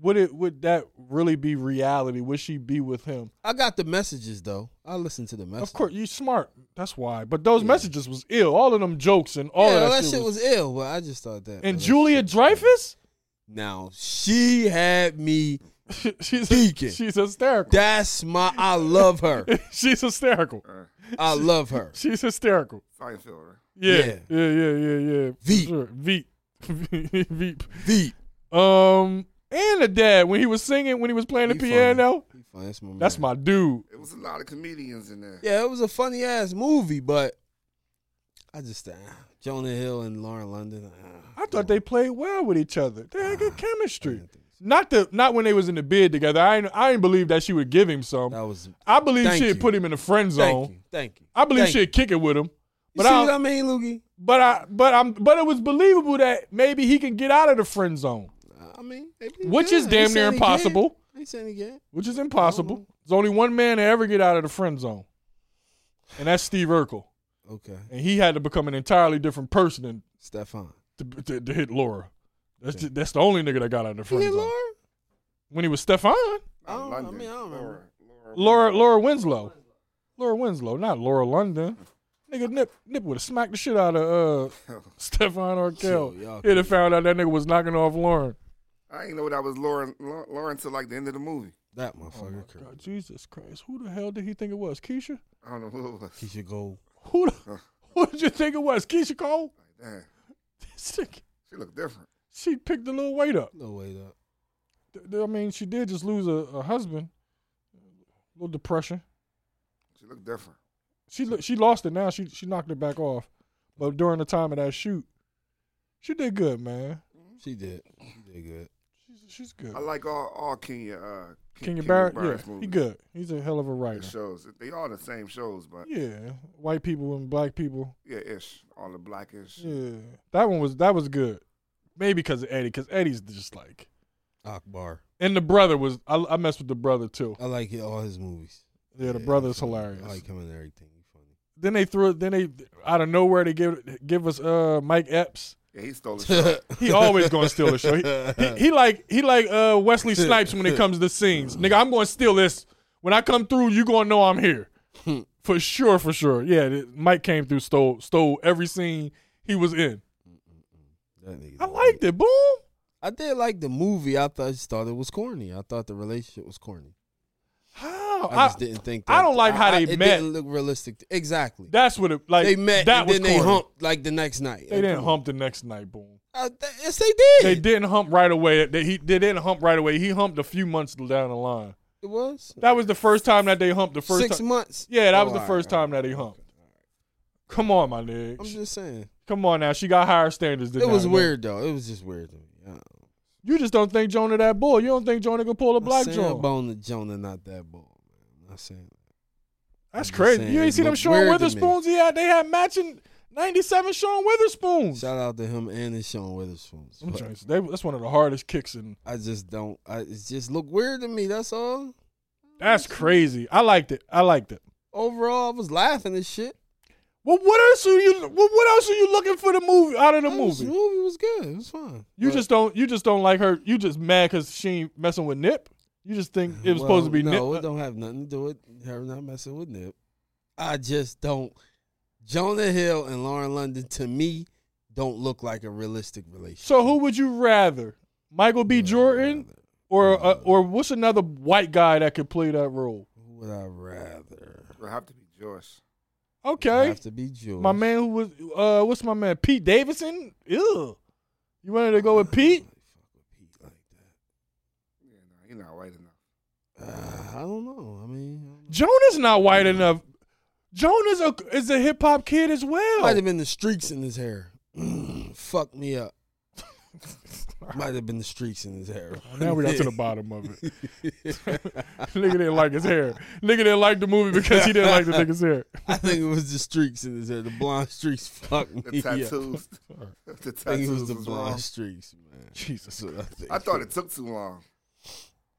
Speaker 5: would it would that really be reality? Would she be with him?
Speaker 3: I got the messages though. I listened to the messages.
Speaker 5: Of course, you smart. That's why. But those messages was ill. All of them jokes and all
Speaker 3: yeah,
Speaker 5: of that,
Speaker 3: well, that
Speaker 5: shit, was.
Speaker 3: ill, but I just thought that.
Speaker 5: and
Speaker 3: well, that
Speaker 5: Julia
Speaker 3: shit-
Speaker 5: Dreyfus,
Speaker 3: Now she had me.
Speaker 5: she's
Speaker 3: Deacon.
Speaker 5: she's hysterical.
Speaker 3: That's my. I love her.
Speaker 5: she's hysterical.
Speaker 3: I love her.
Speaker 5: She's hysterical.
Speaker 4: uh, Seinfeld. right?
Speaker 5: Yeah, yeah,
Speaker 3: Yeah.
Speaker 5: yeah, yeah, yeah. for
Speaker 3: Veep.
Speaker 5: sure. Veep, Veep.
Speaker 3: Deep.
Speaker 5: Um, and the dad when he was singing when he was playing the
Speaker 3: He funny.
Speaker 5: piano.
Speaker 3: He funny. That's my.
Speaker 5: That's
Speaker 3: man.
Speaker 5: my dude.
Speaker 4: It was a lot of comedians in there.
Speaker 3: Yeah, it was a funny ass movie, but I just uh, Jonah Hill and Lauren London. Uh,
Speaker 5: I thought they played well with each other. They had good
Speaker 3: I
Speaker 5: chemistry.
Speaker 3: didn't think
Speaker 5: Not the not when they was in the bed together. I ain't, I ain't believe that she would give him some.
Speaker 3: that was.
Speaker 5: I believe
Speaker 3: Thank
Speaker 5: she would
Speaker 3: you.
Speaker 5: put him in the friend
Speaker 3: Thank
Speaker 5: zone.
Speaker 3: you. Thank you.
Speaker 5: I believe
Speaker 3: Thank
Speaker 5: she'd
Speaker 3: you.
Speaker 5: kick it with him.
Speaker 3: You
Speaker 5: But
Speaker 3: see
Speaker 5: I,
Speaker 3: what I mean, Loogie?
Speaker 5: but I but I'm but it was believable that maybe he can get out of the friend zone,
Speaker 3: I mean, maybe he
Speaker 5: which
Speaker 3: can.
Speaker 5: is
Speaker 3: I
Speaker 5: damn
Speaker 3: ain't
Speaker 5: near
Speaker 3: saying he can't.
Speaker 5: impossible.
Speaker 3: I ain't saying he can't.
Speaker 5: Which is impossible.
Speaker 3: Oh.
Speaker 5: There's only one man to ever get out of the friend zone, and that's Steve Urkel.
Speaker 3: Okay,
Speaker 5: And he had to become an entirely different person than
Speaker 3: Stefan.
Speaker 5: to, to, to hit Laura. That's the, that's the only nigga that got out of the
Speaker 3: He
Speaker 5: friend
Speaker 3: hit
Speaker 5: zone.
Speaker 3: Laura?
Speaker 5: When he was Stefan,
Speaker 3: I don't- I
Speaker 4: London.
Speaker 3: mean, I don't remember.
Speaker 4: Laura,
Speaker 5: Laura Laura Winslow, Laura Winslow, not Laura London. Nigga Nip Nip would have smacked the shit out of uh Stefan
Speaker 3: Yo, y'all
Speaker 5: Orkel. He'd have found out that nigga was knocking off Lauren.
Speaker 4: I didn't know that was Lauren Lauren Lauren till like the end of the movie.
Speaker 3: That motherfucker.
Speaker 5: God, Jesus Christ, who the hell did he think it was? Keisha?
Speaker 4: I don't know who it was.
Speaker 3: he should go.
Speaker 5: Who the, who did you think it was? Keisha Cole?
Speaker 4: Damn,
Speaker 5: This nigga-
Speaker 4: she looked different.
Speaker 5: She picked a little weight up.
Speaker 3: No wait up.
Speaker 5: Th- th- I mean, she did just lose a, a husband. A little depression.
Speaker 4: She looked different.
Speaker 5: She lo- she lost it now. She she knocked it back off. But during the time of that shoot, she did good, man.
Speaker 3: She did. She did good.
Speaker 5: She's, she's good.
Speaker 4: I like all all Kenya uh, Ke-
Speaker 5: Kenya Barrett,
Speaker 4: Barrett's
Speaker 5: yeah, he
Speaker 4: movies.
Speaker 5: good. He's a hell of a
Speaker 4: The
Speaker 5: writer.
Speaker 4: shows they all the same shows, but
Speaker 5: Yeah, white people and black people.
Speaker 4: yeah, ish, all the blackish.
Speaker 5: Yeah, that one was that was good. Maybe because of Eddie, because Eddie's just like,
Speaker 3: Akbar.
Speaker 5: and the brother was. I, I messed with the brother too.
Speaker 3: I like all his movies.
Speaker 5: Yeah, the
Speaker 3: Yeah,
Speaker 5: brother's
Speaker 3: he funny.
Speaker 5: hilarious.
Speaker 3: I like him and everything. He funny.
Speaker 5: then they threw. Then they out of nowhere they give give us uh Mike Epps.
Speaker 4: Yeah, he stole the show.
Speaker 5: He always gonna steal the show. He, he, he like he like uh Wesley Snipes when it comes to scenes. Nigga, I'm gonna steal this. When I come through, you gonna know I'm here. For sure, for sure. Yeah, th- Mike came through, stole stole every scene he was in.
Speaker 3: That nigga.
Speaker 5: I liked it. Boom.
Speaker 3: I did like the movie. I thought I just thought it was corny. I thought the relationship was corny.
Speaker 5: How?
Speaker 3: I
Speaker 5: I,
Speaker 3: just didn't think. That,
Speaker 5: I don't like how they
Speaker 3: it
Speaker 5: met.
Speaker 3: didn't look realistic. Exactly.
Speaker 5: that's what it like.
Speaker 3: they met.
Speaker 5: That
Speaker 3: and
Speaker 5: was
Speaker 3: then they
Speaker 5: corny.
Speaker 3: humped like the next night.
Speaker 5: They didn't hump the next night. Boom.
Speaker 3: I, th- yes, they did.
Speaker 5: They didn't hump right away. They, he, they didn't hump right away. He humped a few months down the line.
Speaker 3: It was
Speaker 5: That was the first time that they humped. The first
Speaker 3: six
Speaker 5: ti-
Speaker 3: months.
Speaker 5: Yeah, that
Speaker 3: Oh,
Speaker 5: was the
Speaker 3: all
Speaker 5: first
Speaker 3: right, all
Speaker 5: time that he humped. Come on, my nigga.
Speaker 3: right. I'm just saying.
Speaker 5: Come on now, she got higher standards than
Speaker 3: It was
Speaker 5: that.
Speaker 3: weird though. It was just weird to me. I don't know.
Speaker 5: You just don't think Jonah that bull. You don't think Jonah can pull a
Speaker 3: I'm
Speaker 5: black
Speaker 3: saying
Speaker 5: Jonah.
Speaker 3: Bone to Jonah not that ball. Man. I'm not saying.
Speaker 5: That's
Speaker 3: I'm just
Speaker 5: crazy.
Speaker 3: saying,
Speaker 5: you
Speaker 3: it
Speaker 5: ain't seen them
Speaker 3: looked
Speaker 5: Sean
Speaker 3: weird to me.
Speaker 5: Witherspoons. He had they had matching '97 Sean Witherspoons.
Speaker 3: Shout out to him and his Sean Witherspoon.
Speaker 5: I'm
Speaker 3: But
Speaker 5: trying to- they- that's one of the hardest kicks in.
Speaker 3: I just don't. I it just look weird to me. That's all.
Speaker 5: That's crazy. I liked it. I liked it.
Speaker 3: overall, I was laughing and shit.
Speaker 5: Well, what else are you? Well, what else are you looking for the movie out of the
Speaker 3: That was-
Speaker 5: movie?
Speaker 3: movie was good. It was fun.
Speaker 5: You just don't. You just don't like her. You just mad because she ain't messing with Nip. You just think it was supposed to be
Speaker 3: no. It
Speaker 5: Nip.
Speaker 3: don't have nothing to do with her not messing with Nip. I just don't. Jonah Hill and Lauren London to me don't look like a realistic relationship.
Speaker 5: So who would you rather, Michael B. Jordan, or uh, or what's another white guy that could play that role?
Speaker 3: Who would I rather?
Speaker 4: It'll have to be Josh.
Speaker 5: Okay,
Speaker 3: Have to be Jewish.
Speaker 5: my man who was uh, what's my man Pete Davidson? Ew, you wanted to go with Pete?
Speaker 4: Yeah, no, he's not white enough.
Speaker 3: Uh, I don't know. I mean, I don't know.
Speaker 5: Jonah's not white enough. Jonah's a is a hip hop kid as
Speaker 3: might
Speaker 5: well.
Speaker 3: have been the streaks in his hair. Fuck me up. might have been the streaks in his hair.
Speaker 5: Now we got to the bottom of it. nigga didn't like his hair. Nigga didn't like the movie because he didn't like the nigga's hair.
Speaker 3: I think it was the streaks in his hair. The blonde streaks fucked me
Speaker 4: The
Speaker 3: up.
Speaker 4: tattoos. the
Speaker 3: I think
Speaker 4: tattoos
Speaker 3: it was the
Speaker 4: was
Speaker 3: blonde
Speaker 4: wrong.
Speaker 3: streaks, man.
Speaker 5: Jesus.
Speaker 3: So I, think.
Speaker 4: I thought it took too long.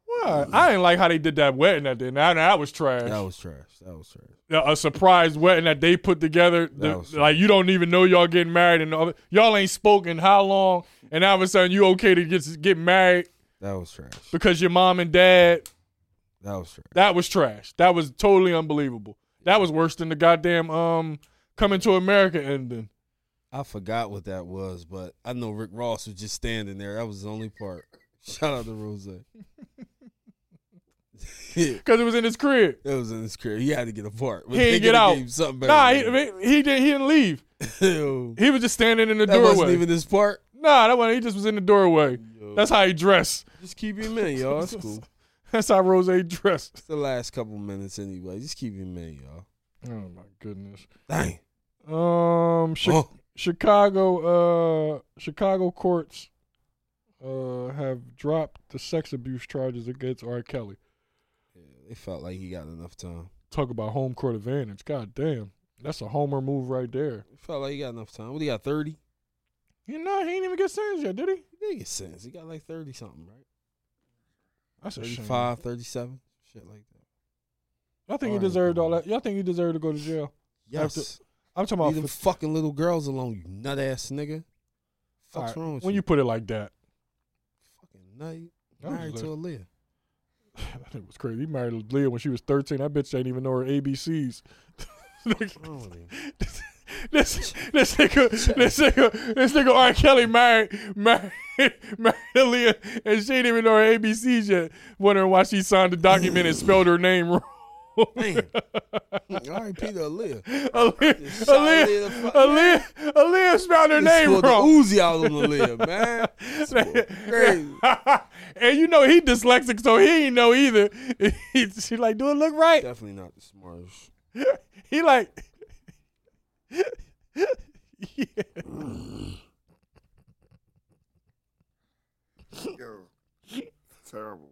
Speaker 5: What? I didn't like how they did that wedding that day. Now that was trash.
Speaker 3: that was trash. That was trash.
Speaker 5: a a surprise wedding that they put together. The-
Speaker 3: was-
Speaker 5: like you don't even know y'all getting married and all, y'all ain't spoken how long, and all of a sudden you okay to get get married
Speaker 3: That was trash.
Speaker 5: because your mom and dad.
Speaker 3: That was trash.
Speaker 5: That was trash. That was totally unbelievable. That was worse than the goddamn um coming to America ending.
Speaker 3: I forgot what that was, but I know Rick Ross was just standing there. That was the only part. Shout out to Rose. it
Speaker 5: Cause it was in his crib.
Speaker 3: was in his career. He had to get a part. But
Speaker 5: He
Speaker 3: they
Speaker 5: didn't get
Speaker 3: coulda
Speaker 5: out.
Speaker 3: gave him Something better
Speaker 5: Nah, he,
Speaker 3: than that.
Speaker 5: he didn't. He didn't leave.
Speaker 3: Ew.
Speaker 5: He was just standing in the
Speaker 3: that wasn't
Speaker 5: doorway.
Speaker 3: even his part.
Speaker 5: nah, that wasn't. He just was in the doorway. That's how he dressed.
Speaker 3: Just keep him in, y'all. It's cool.
Speaker 5: That's how Rose dressed.
Speaker 3: It's the last couple minutes anyway. Just keep him in, y'all.
Speaker 5: Oh my goodness.
Speaker 3: Dang.
Speaker 5: Um, Chi-
Speaker 3: Oh,
Speaker 5: Chicago, uh, Chicago courts uh, have dropped the sex abuse charges against R. Kelly.
Speaker 3: they felt like he got enough time.
Speaker 5: Talk about home court advantage. God damn, that's a homer move right there.
Speaker 3: They felt like he got enough time. What he got? Thirty.
Speaker 5: You know, he ain't even get sentenced yet, did he?
Speaker 3: He did get sentenced. He got like thirty something, right?
Speaker 5: That's a shame.
Speaker 3: 35, 37, shit like that.
Speaker 5: Y'all think he
Speaker 3: Alright,
Speaker 5: deserved all
Speaker 3: bro.
Speaker 5: that? Y'all think he deserved to go to jail?
Speaker 3: Yes.
Speaker 5: After- I'm talking about
Speaker 3: Leave them
Speaker 5: for-
Speaker 3: fucking little girls alone, you nut ass nigga. Fuck's
Speaker 5: alright,
Speaker 3: wrong with
Speaker 5: when
Speaker 3: you?
Speaker 5: you put it like that.
Speaker 3: fucking nut. You
Speaker 5: I was
Speaker 3: Married to
Speaker 5: like-
Speaker 3: Aaliyah.
Speaker 5: That thing was crazy. He married Leah when she was 13. That bitch ain't even know her ABCs. Like,
Speaker 3: What's wrong with you?
Speaker 5: this this nigga this nigga this nigga R. Kelly married married married Leah and she didn't even know her ABCs yet. Wondering why she signed the document and spelled her name wrong.
Speaker 3: Man. R.I.P. to Aaliyah.
Speaker 5: Aaliyah,
Speaker 3: shot Leah the
Speaker 5: Aaliyah,
Speaker 3: fuck-
Speaker 5: Aaliyah, Aaliyah spelled her
Speaker 3: Just
Speaker 5: name
Speaker 3: pulled the
Speaker 5: wrong.
Speaker 3: Uzi out on Aaliyah, man. Crazy.
Speaker 5: and you know he dyslexic, so he ain't know either. He- she like, do it look right?
Speaker 3: Definitely not the smartest.
Speaker 5: He like, yeah.
Speaker 4: Yo, terrible.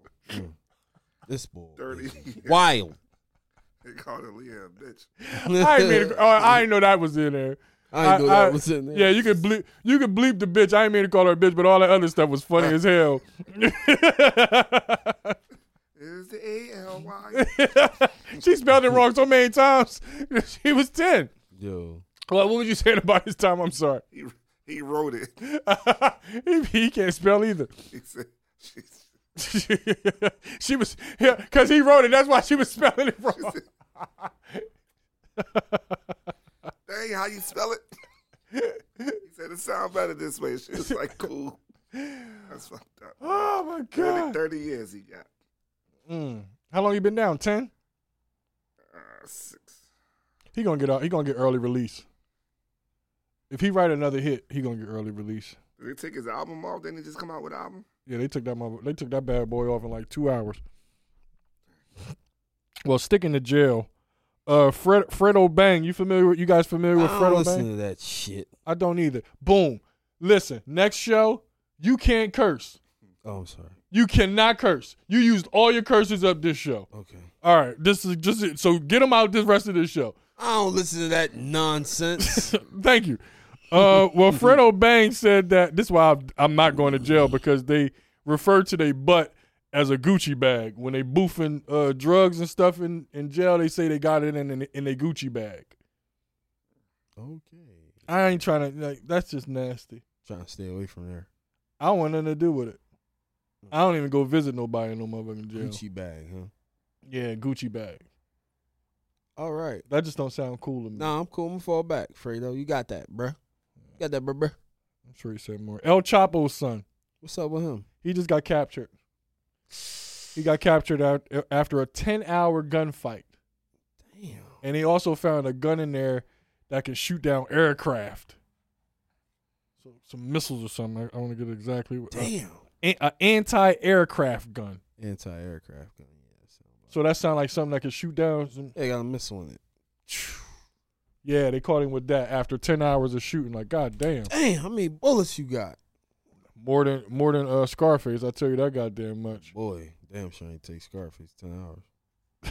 Speaker 3: This boy. is
Speaker 4: Thirty.
Speaker 3: Wild.
Speaker 4: they called it Leah a bitch.
Speaker 5: I ain't made a, oh, I ain't know that was in there.
Speaker 3: I ain't know that was in there.
Speaker 5: Yeah, you could bleep you could bleep the bitch. I ain't mean to call her a bitch, but all that other stuff was funny as hell.
Speaker 4: Is the A L Y?
Speaker 5: she spelled it wrong so many times. she was ten.
Speaker 3: Yo.
Speaker 5: Well, what was you saying about his time? I'm sorry.
Speaker 4: He he wrote it.
Speaker 5: he, he can't spell either.
Speaker 4: He said, she's,
Speaker 5: she was yeah, cause he wrote it. That's why she was spelling it wrong.
Speaker 4: "Dang, how you spell it?" he said, "It sounds better this way." She was like, "Cool." That's fucked up.
Speaker 5: Oh my
Speaker 4: 30,
Speaker 5: god.
Speaker 4: 30 years he got.
Speaker 5: Mm. How long you been down? Ten.
Speaker 4: Uh, six.
Speaker 5: He gonna get out. He gonna get early release. If he write another hit, he gonna get early release.
Speaker 4: Did they take his album off? Didn't he just come out with an album?
Speaker 5: Yeah, they took that mother, they took that bad boy off in like two hours. Well, sticking to jail. Uh, Fred Fredo Bang. You familiar? with You guys familiar
Speaker 3: I
Speaker 5: with
Speaker 3: don't
Speaker 5: Fredo
Speaker 3: listen
Speaker 5: Bang?
Speaker 3: to that shit.
Speaker 5: I don't either. Boom. Listen, next show you can't curse.
Speaker 3: Oh, I'm sorry.
Speaker 5: You cannot curse. You used all your curses up this show.
Speaker 3: Okay.
Speaker 5: All right, this is just it. so get them out this rest of this show.
Speaker 3: I don't listen to that nonsense.
Speaker 5: Thank you. Uh, well, Fred O'Bang said that this is why I'm- I'm not going to jail because they refer to their butt as a Gucci bag. When they boofing uh, drugs and stuff in, in jail, they say they got it in in, in their Gucci bag.
Speaker 3: Okay.
Speaker 5: I ain't trying to. Like, that's just nasty.
Speaker 3: Trying to stay away from there.
Speaker 5: I don't want nothing to do with it. I don't even go visit nobody in no motherfucking jail.
Speaker 3: Gucci bag, huh?
Speaker 5: Yeah, Gucci bag.
Speaker 3: All right.
Speaker 5: That just don't sound cool to me.
Speaker 3: Nah, I'm cool. I'm gonna fall back, Fredo. You got that, bruh. You got that, bruh, bruh.
Speaker 5: I'm sure he said more. El Chapo's son.
Speaker 3: What's up with him?
Speaker 5: He just got captured. He got captured out after a 10 hour gunfight.
Speaker 3: Damn.
Speaker 5: And he also found a gun in there that can shoot down aircraft. So some missiles or something. I, I want to get exactly what. uh,
Speaker 3: Damn.
Speaker 5: An anti aircraft gun.
Speaker 3: Anti aircraft gun. Yeah. that sound about-
Speaker 5: So that sound like something that can shoot down. Some,
Speaker 3: They got a missile in it.
Speaker 5: yeah, they caught him with that after 10 hours of shooting. Like, god damn.
Speaker 3: Damn, how many bullets you got?
Speaker 5: More than more than uh, Scarface, I tell you that goddamn much.
Speaker 3: Boy, damn sure ain't take Scarface ten hours.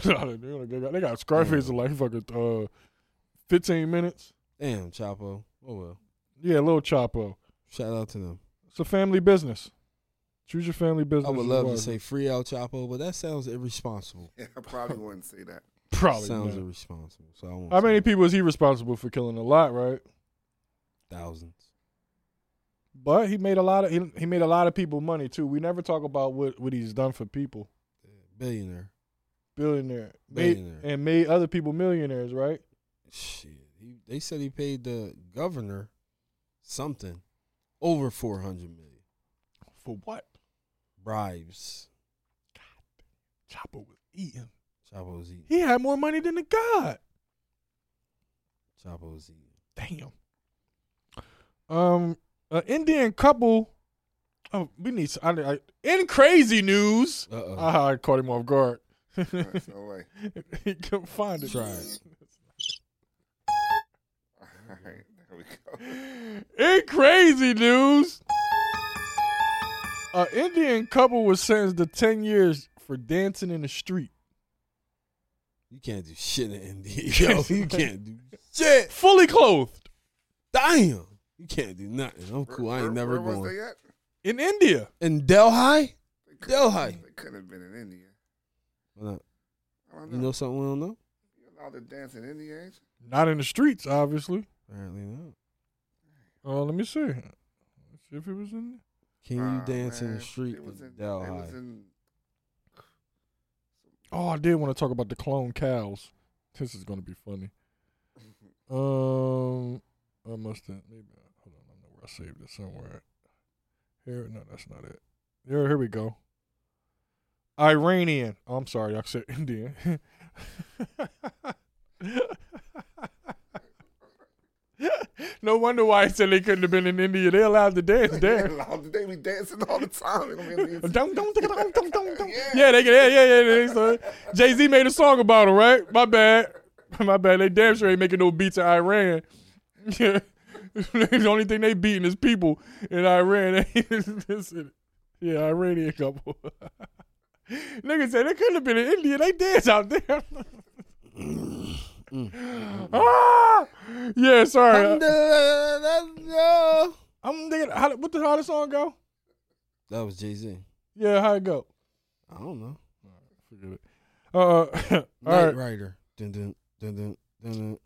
Speaker 5: they got they got Scarface in like fucking uh, 15 minutes.
Speaker 3: Damn, Chapo. Oh well.
Speaker 5: Yeah, little Chapo.
Speaker 3: Shout out to them.
Speaker 5: It's a family business. Choose your family business.
Speaker 3: I would love to
Speaker 5: regardless.
Speaker 3: say free El Chapo, but that sounds irresponsible.
Speaker 4: Yeah, I probably wouldn't say that.
Speaker 5: probably.
Speaker 3: sounds
Speaker 5: not.
Speaker 3: irresponsible. So I won't
Speaker 5: How
Speaker 3: say
Speaker 5: many
Speaker 3: it.
Speaker 5: people is he responsible for killing? A lot, right?
Speaker 3: thousands?
Speaker 5: But he made a lot of he, he made a lot of people money too. We never talk about what what he's done for people.
Speaker 3: Billionaire.
Speaker 5: Billionaire, Made-
Speaker 3: Billionaire.
Speaker 5: and made other people millionaires, right?
Speaker 3: Shit. He, they said he paid the governor something over four hundred million.
Speaker 5: For what?
Speaker 3: Bribes.
Speaker 5: Chopper was eating.
Speaker 3: Chapo was eating.
Speaker 5: He had more money than the god.
Speaker 3: Chapo was eating.
Speaker 5: Damn. Um, an Indian couple. Oh, we need. I, I, in crazy news,
Speaker 3: Uh oh.
Speaker 5: Ah, I caught him off guard.
Speaker 4: There's no way.
Speaker 5: he couldn't find it.
Speaker 3: Try it.
Speaker 4: All right, there we go.
Speaker 5: In crazy news, an Indian couple was sentenced to 10 years for dancing in the street.
Speaker 3: you can't do shit in India. Yo, you can't do shit.
Speaker 5: Fully clothed
Speaker 3: Damn. You can't do nothing. I'm cool. I ain't never
Speaker 4: where
Speaker 3: going.
Speaker 4: Was they at?
Speaker 5: in India.
Speaker 3: In Delhi?
Speaker 4: They couldn't-
Speaker 3: Delhi.
Speaker 4: They couldn't have been in India.
Speaker 3: Why not?
Speaker 4: I don't
Speaker 3: You
Speaker 4: know.
Speaker 3: know something we don't know?
Speaker 4: You allowed to dance in India, ain't you?
Speaker 5: Not in the streets, obviously.
Speaker 3: Apparently not.
Speaker 5: Uh, let me see. Let's see if it was in there.
Speaker 3: Can you
Speaker 4: Nah,
Speaker 3: dance in
Speaker 4: man.
Speaker 3: the street
Speaker 4: They was
Speaker 3: in
Speaker 4: in- they
Speaker 3: Delhi?
Speaker 4: was in-
Speaker 5: Oh, I did want to talk about the clone cows. This is going to be funny. Um, I must have. Maybe hold on. I know where I saved it somewhere. Here, no, that's not it. Here, here we go. Iranian. Oh, I'm sorry, I said Indian. no wonder why I said they couldn't have been in India. They allowed to dance
Speaker 4: They
Speaker 5: there.
Speaker 4: allowed to- They be dancing all the time. They gonna be in India.
Speaker 5: Dum, dum, dum, dum, dum, dum, dum.
Speaker 4: Yeah.
Speaker 5: Yeah, they yeah, yeah, yeah. Jay Z made a song about him, right? My bad, my bad. They damn sure ain't making no beats in Iran. Yeah, the only thing they beating is people in Iran. Listen. yeah, Iranian couple. Nigga said they couldn't have been in India. They dance out there. ah! Yeah, sorry.
Speaker 3: That
Speaker 5: I'm thinking, how, what the how the song go?
Speaker 3: was Jay Z.
Speaker 5: Yeah, how it go?
Speaker 3: I don't know.
Speaker 5: Forget it. Uh, all
Speaker 3: Knight
Speaker 5: right.
Speaker 3: Rider. Dun dun dun dun dun. dun.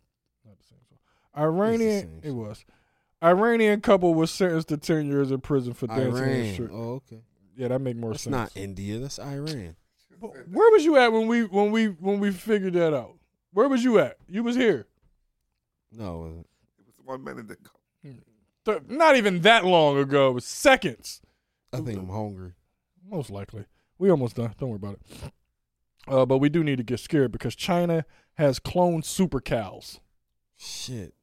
Speaker 5: Not the same song. Iranian.
Speaker 3: same
Speaker 5: It
Speaker 3: song.
Speaker 5: was. Iranian couple was sentenced to ten years in prison for dancing in the
Speaker 3: Iran.
Speaker 5: street.
Speaker 3: Oh, okay.
Speaker 5: Yeah, that make more
Speaker 3: That's
Speaker 5: sense.
Speaker 3: not India. That's Iran.
Speaker 5: But where was you at when we when we when we figured that out? Where was you at? You was here.
Speaker 3: No, it wasn't.
Speaker 4: It was one minute ago.
Speaker 5: Th- not even that long ago. It was seconds.
Speaker 3: I think I'm hungry.
Speaker 5: Most likely. We almost done. Don't worry about it. Uh, but we do need to get scared because China has cloned super cows.
Speaker 3: Shit.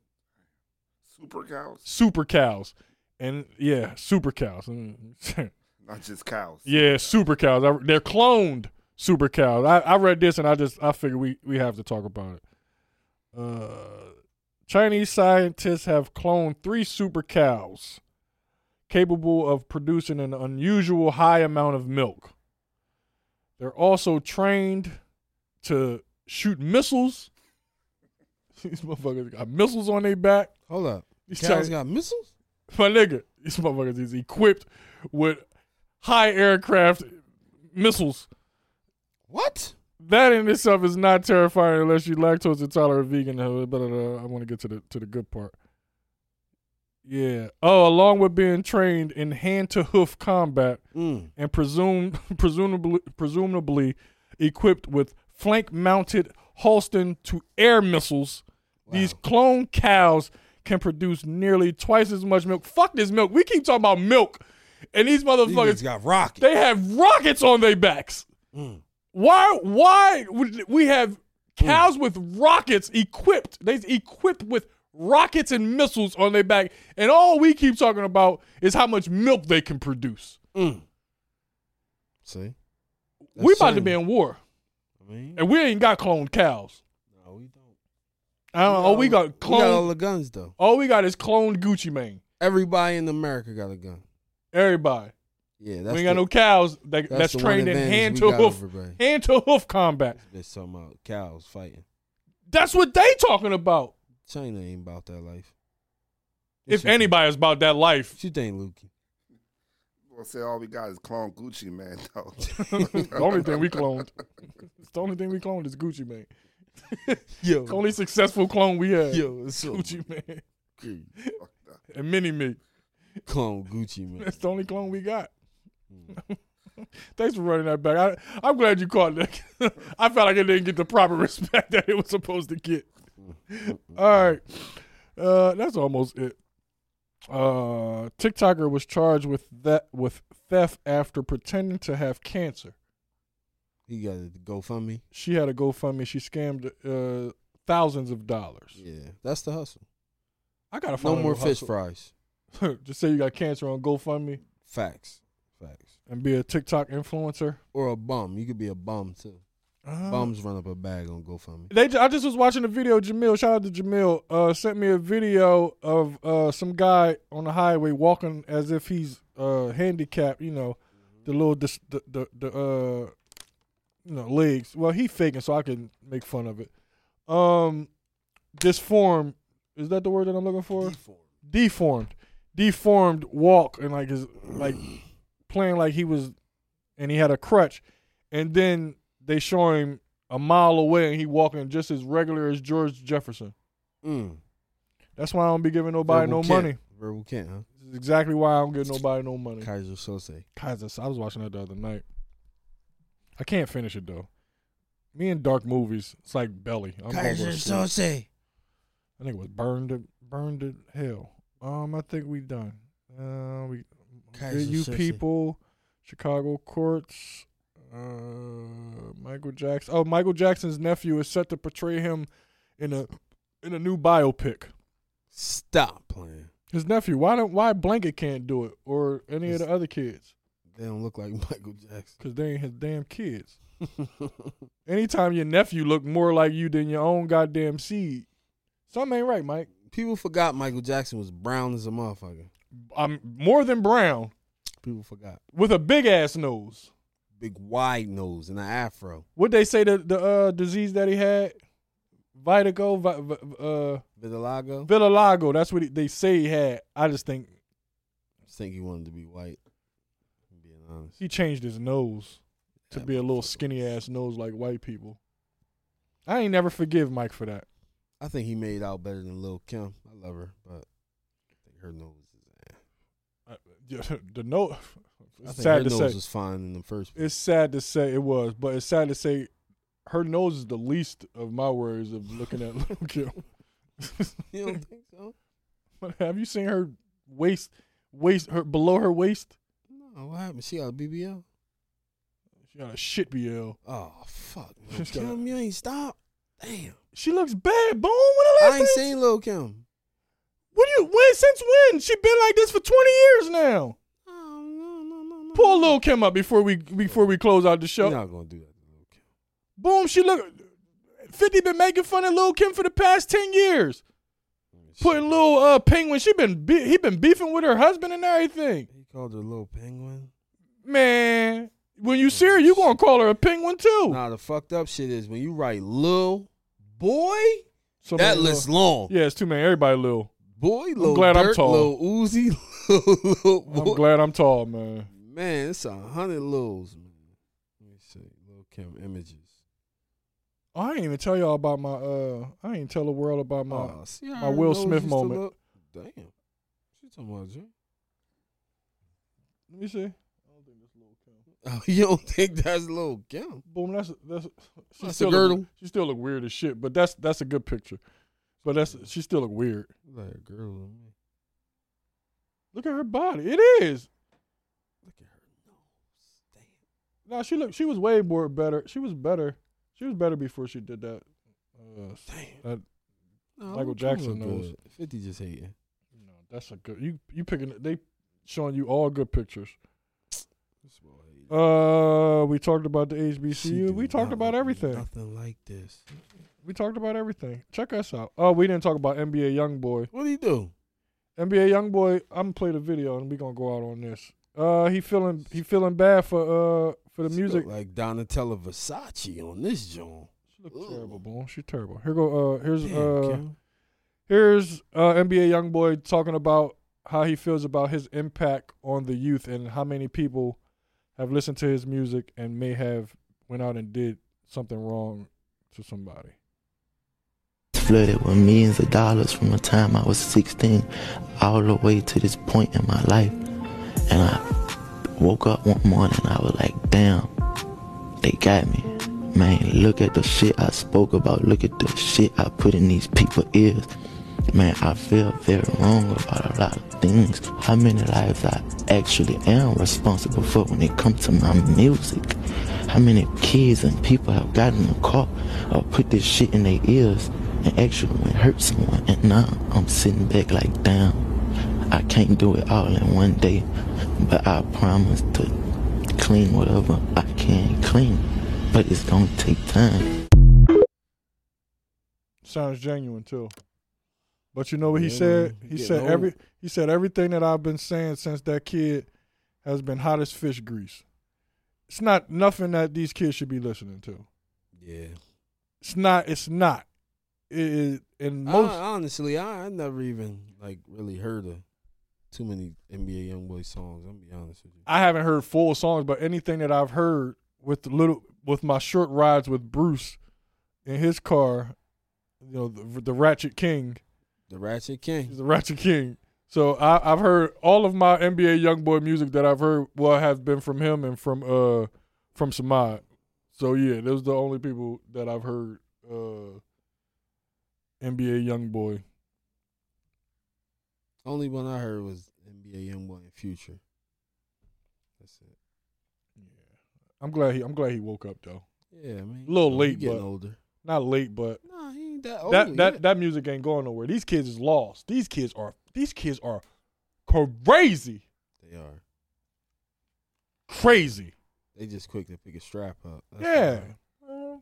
Speaker 4: Super cows,
Speaker 5: Super cows. And yeah, super cows. Mm.
Speaker 4: not just cows.
Speaker 5: Yeah, super cows. I, they're cloned super cows. I, I read this and I just I figured we we have to talk about it. Uh, Chinese scientists have cloned three super cows capable of producing an unusual high amount of milk. They're also trained to shoot missiles. These motherfuckers got missiles on their back.
Speaker 3: Hold up.
Speaker 5: These
Speaker 3: Cows
Speaker 5: Chinese-
Speaker 3: got missiles?
Speaker 5: my nigga, these motherfuckers is equipped with high aircraft missiles.
Speaker 3: What?
Speaker 5: That in itself is not terrifying unless you lactose intolerant vegan. Uh, But uh, I want to get to the to the good part. Yeah. Oh, along with being trained in hand to hoof combat
Speaker 3: Mm.
Speaker 5: and presumed presumably presumably equipped with flank mounted Halston to air missiles, these clone cows can produce nearly twice as much milk. Fuck this milk. We keep talking about milk. And these
Speaker 3: These
Speaker 5: motherfuckers
Speaker 3: niggas got Mm. rocket.
Speaker 5: they have rockets on their backs. Why? Why would we have cows with rockets equipped? They equipped with rockets and missiles on their back, and all we keep talking about is how much milk they can produce.
Speaker 3: See?
Speaker 5: Mm. we
Speaker 3: That's
Speaker 5: about to
Speaker 3: shame.
Speaker 5: be in war,
Speaker 3: I mean,
Speaker 5: and we ain't got cloned cows.
Speaker 3: no, we don't.
Speaker 5: I don't know. All Uh, oh, we got
Speaker 3: We got all
Speaker 5: cloned.
Speaker 3: the guns though.
Speaker 5: all we got is cloned Gucci Mane.
Speaker 3: Everybody in America got a gun.
Speaker 5: Everybody.
Speaker 3: Yeah, that's
Speaker 5: we ain't got
Speaker 3: the-
Speaker 5: no cows that,
Speaker 3: that's
Speaker 5: that's,
Speaker 3: the one
Speaker 5: trained in
Speaker 3: advantage
Speaker 5: hand
Speaker 3: we
Speaker 5: to
Speaker 3: got
Speaker 5: hoof,
Speaker 3: over Bray.
Speaker 5: hand to hoof combat.
Speaker 3: It's talking about cows fighting.
Speaker 5: That's what they talking about.
Speaker 3: China ain't about that life. What
Speaker 5: If
Speaker 3: you think?
Speaker 5: anybody's about that life,
Speaker 3: what you think, Lukey?
Speaker 4: Well, say all we got is clone Gucci, man. No.
Speaker 5: the only thing we cloned. It's the only thing we cloned is Gucci Mane.
Speaker 3: Yo,
Speaker 5: The only successful clone we had.
Speaker 3: yo, it's so
Speaker 5: Gucci Mane
Speaker 3: Gucci.
Speaker 5: and Mini Me.
Speaker 3: clone Gucci man. Hmm.
Speaker 5: That's the only clone we got. Thanks for running that back. I, I'm glad you caught that. I felt like it didn't get the proper respect that it was supposed to get. All right. Uh, that's almost it. Uh, TikToker was charged with that with theft after pretending to have cancer.
Speaker 3: He got a GoFundMe.
Speaker 5: she had a GoFundMe. She scammed uh, thousands of dollars.
Speaker 3: Yeah, that's the hustle.
Speaker 5: I gotta
Speaker 3: No
Speaker 5: find
Speaker 3: more fish fries.
Speaker 5: fry. Just say you got cancer on GoFundMe
Speaker 3: Facts, facts.
Speaker 5: and be a TikTok influencer.
Speaker 3: Or a bum. You could be a bum too.
Speaker 5: Uh,
Speaker 3: Bums run up a bag on GoFundMe.
Speaker 5: They, ju- I just was watching a video. Jamil, shout out to Jamil, uh, sent me a video of uh, some guy on the highway walking as if he's uh, handicapped. You know, the little dis- the the, the uh, you know legs. Well, he faking, so I can make fun of it. Um, disformed is that the word that I'm looking for? deformed, deformed walk and like his like playing like he was and he had a crutch, and then they show him a mile away and he walking just as regular as George Jefferson.
Speaker 3: Mm.
Speaker 5: That's why I don't be giving nobody
Speaker 3: Verbal
Speaker 5: no
Speaker 3: Kent.
Speaker 5: money.
Speaker 3: Verbal Kent, huh?
Speaker 5: This is exactly why I don't give nobody no money.
Speaker 3: Kaiser Sose.
Speaker 5: Kaiser, I was watching that the other night. I can't finish it though. Me and dark movies, it's like belly. I'm
Speaker 3: Kaiser
Speaker 5: over.
Speaker 3: Sose.
Speaker 5: I think it was burned to burned to hell. Um, I think we done. Uh, we
Speaker 3: Kaiser
Speaker 5: Good you
Speaker 3: Sose.
Speaker 5: people, Chicago courts. Uh, Michael Jackson. Oh, Michael Jackson's nephew is set to portray him in a in a new biopic.
Speaker 3: Stop playing.
Speaker 5: His nephew. Why don't why Blanket can't do it or any of the other kids?
Speaker 3: They don't look like Michael Jackson.
Speaker 5: Cause they ain't his damn kids. Anytime your nephew look more like you than your own goddamn seed, something ain't right, Mike.
Speaker 3: People forgot Michael Jackson was brown as a motherfucker.
Speaker 5: I'm more than brown
Speaker 3: People forgot.
Speaker 5: with a big ass nose.
Speaker 3: Big wide nose and an afro.
Speaker 5: What they say the the uh, disease that he had, vitigo, vi- vi- uh,
Speaker 3: Vitiligo.
Speaker 5: vitiligo. That's what he, they say he had. I just think
Speaker 3: just think he wanted to be white. I'm being honest.
Speaker 5: he changed his nose to be a little skinny ass nose like white people. I ain't never forgive Mike for that.
Speaker 3: I think he made out better than Lil Kim. I love her, but I think her nose is.
Speaker 5: I- Uh, The nose.
Speaker 3: I think
Speaker 5: It's sad
Speaker 3: her
Speaker 5: to
Speaker 3: nose
Speaker 5: say.
Speaker 3: was fine in the first. Place.
Speaker 5: it's sad to say it was, but it's sad to say her nose is the least of my worries of looking at Lil Kim.
Speaker 3: You don't think so?
Speaker 5: But have you seen her waist? Waist her below her waist.
Speaker 3: No. What happened? She got a BBL.
Speaker 5: She got a shit BL.
Speaker 3: Oh fuck, Lil
Speaker 5: She's got a-
Speaker 3: Kim, you ain't stop. Damn,
Speaker 5: She looks bad. Boom. When the last
Speaker 3: I ain't
Speaker 5: time-
Speaker 3: seen Lil Kim.
Speaker 5: What do you? When? Since when? She been like this for twenty years now.
Speaker 3: Oh, no, no, no, no.
Speaker 5: Pull Lil Kim up before we before we close out the
Speaker 3: We're
Speaker 5: show.
Speaker 3: not gonna do that. to Lil Kim.
Speaker 5: Boom. She look. Fifty been making fun of Lil Kim for the past ten years. Putting Lil uh, Penguin. She been be- he been beefing with her husband and everything.
Speaker 3: He called her Lil Penguin.
Speaker 5: Man, when you see her, you gonna call her a penguin too.
Speaker 3: Nah, the fucked up shit is when you write Lil Boy.
Speaker 5: So
Speaker 3: that
Speaker 5: many Lil-
Speaker 3: list long.
Speaker 5: Yeah, it's too many. Everybody Lil.
Speaker 3: Boy, Lil
Speaker 5: glad I'm
Speaker 3: Durk,
Speaker 5: tall.
Speaker 3: Lil Uzi, Lil
Speaker 5: I'm
Speaker 3: Boy.
Speaker 5: glad I'm tall, man.
Speaker 3: Man, it's a hundred Lils, man. see. Lil Kim images.
Speaker 5: Oh, I didn't even tell y'all about my. uh I ain't tell the world about my.
Speaker 3: Aw, Oh, see, I
Speaker 5: my
Speaker 3: already
Speaker 5: Will
Speaker 3: know
Speaker 5: Smith
Speaker 3: you still
Speaker 5: moment.
Speaker 3: up- Damn. She talking about you.
Speaker 5: let me see.
Speaker 3: Oh, you don't think that's Lil Kim?
Speaker 5: Boom. That's that's. She
Speaker 3: That's a
Speaker 5: still
Speaker 3: girdle.
Speaker 5: Look, she still look weird as shit, but that's that's a good picture. But that's she still look weird.
Speaker 3: Like a girl to me.
Speaker 5: Look at her body. It is.
Speaker 3: Look at her nose. Damn.
Speaker 5: No, she look. She was way more better. She was better. She was better before she did that. Uh, s-
Speaker 3: Damn.
Speaker 5: that-
Speaker 3: No,
Speaker 5: Michael
Speaker 3: look
Speaker 5: Jackson
Speaker 3: good.
Speaker 5: knows.
Speaker 3: Fifty just hating.
Speaker 5: you know, that's a good. You you picking? They showing you all good pictures.
Speaker 3: This boy hating.
Speaker 5: Uh, we talked about the
Speaker 3: She
Speaker 5: HBCU.
Speaker 3: do
Speaker 5: We talked
Speaker 3: not
Speaker 5: about
Speaker 3: look
Speaker 5: everything.
Speaker 3: Nothing like this.
Speaker 5: We talked about everything. Check us out. Oh, we didn't talk about NBA YoungBoy.
Speaker 3: What do you do?
Speaker 5: NBA YoungBoy. I'm gonna play the video and we gonna go out on this. Uh, he feeling he feeling bad for uh for the
Speaker 3: She
Speaker 5: music.
Speaker 3: look like Donatella Versace on this joint.
Speaker 5: She look
Speaker 3: Ugh.
Speaker 5: terrible, boy. She terrible. Here go. Uh, here's
Speaker 3: Damn,
Speaker 5: uh.
Speaker 3: Kim.
Speaker 5: Here's uh, NBA YoungBoy talking about how he feels about his impact on the youth and how many people have listened to his music and may have went out and did something wrong to somebody.
Speaker 8: flooded with millions of dollars from the time I was 16 all the way to this point in my life. And I woke up one morning I was like, damn, they got me. Man, look at the shit I spoke about. Look at the shit I put in these people's ears. Man, I feel very wrong about a lot of things. How many lives I actually am responsible for when it comes to my music. How many kids and people have gotten a call or put this shit in their ears and actually went hurt someone. And now I'm sitting back like, damn, I can't do it all in one day. But I promise to clean whatever I can clean. But it's gonna take time.
Speaker 5: Sounds genuine too. But you know what he
Speaker 3: Yeah,
Speaker 5: said?
Speaker 3: man.
Speaker 5: He
Speaker 3: Getting
Speaker 5: said
Speaker 3: old.
Speaker 5: every he said everything that I've been saying since that kid has been hot as fish grease. It's not nothing that these kids should be listening to.
Speaker 3: Yeah.
Speaker 5: It's not. It's not. It is, and most
Speaker 3: I, honestly, I, I never even like really heard of too many NBA YoungBoy songs. I'm gonna be honest with you.
Speaker 5: I haven't heard full songs, but anything that I've heard with the little with my short rides with Bruce in his car, you know, the, the Ratchet King,
Speaker 3: The Ratchet
Speaker 5: he's
Speaker 3: King.
Speaker 5: the Ratchet King. So I, I've heard all of my NBA YoungBoy music that I've heard will have been from him and from uh from Samad. So yeah, those are the only people that I've heard uh NBA YoungBoy.
Speaker 3: Only one I heard was NBA YoungBoy and Future. That's it.
Speaker 5: I'm glad he I'm glad he woke up though.
Speaker 3: Yeah, I mean,
Speaker 5: A little
Speaker 3: you
Speaker 5: late,
Speaker 3: getting
Speaker 5: but-
Speaker 3: older.
Speaker 5: Not late, but
Speaker 3: Nah, he ain't that old.
Speaker 5: that that
Speaker 3: yet.
Speaker 5: that music ain't going nowhere. These kids is lost. These kids are these kids are crazy,
Speaker 3: they are.
Speaker 5: crazy.
Speaker 3: They just quick to pick a strap up. That's
Speaker 5: yeah,
Speaker 3: all right.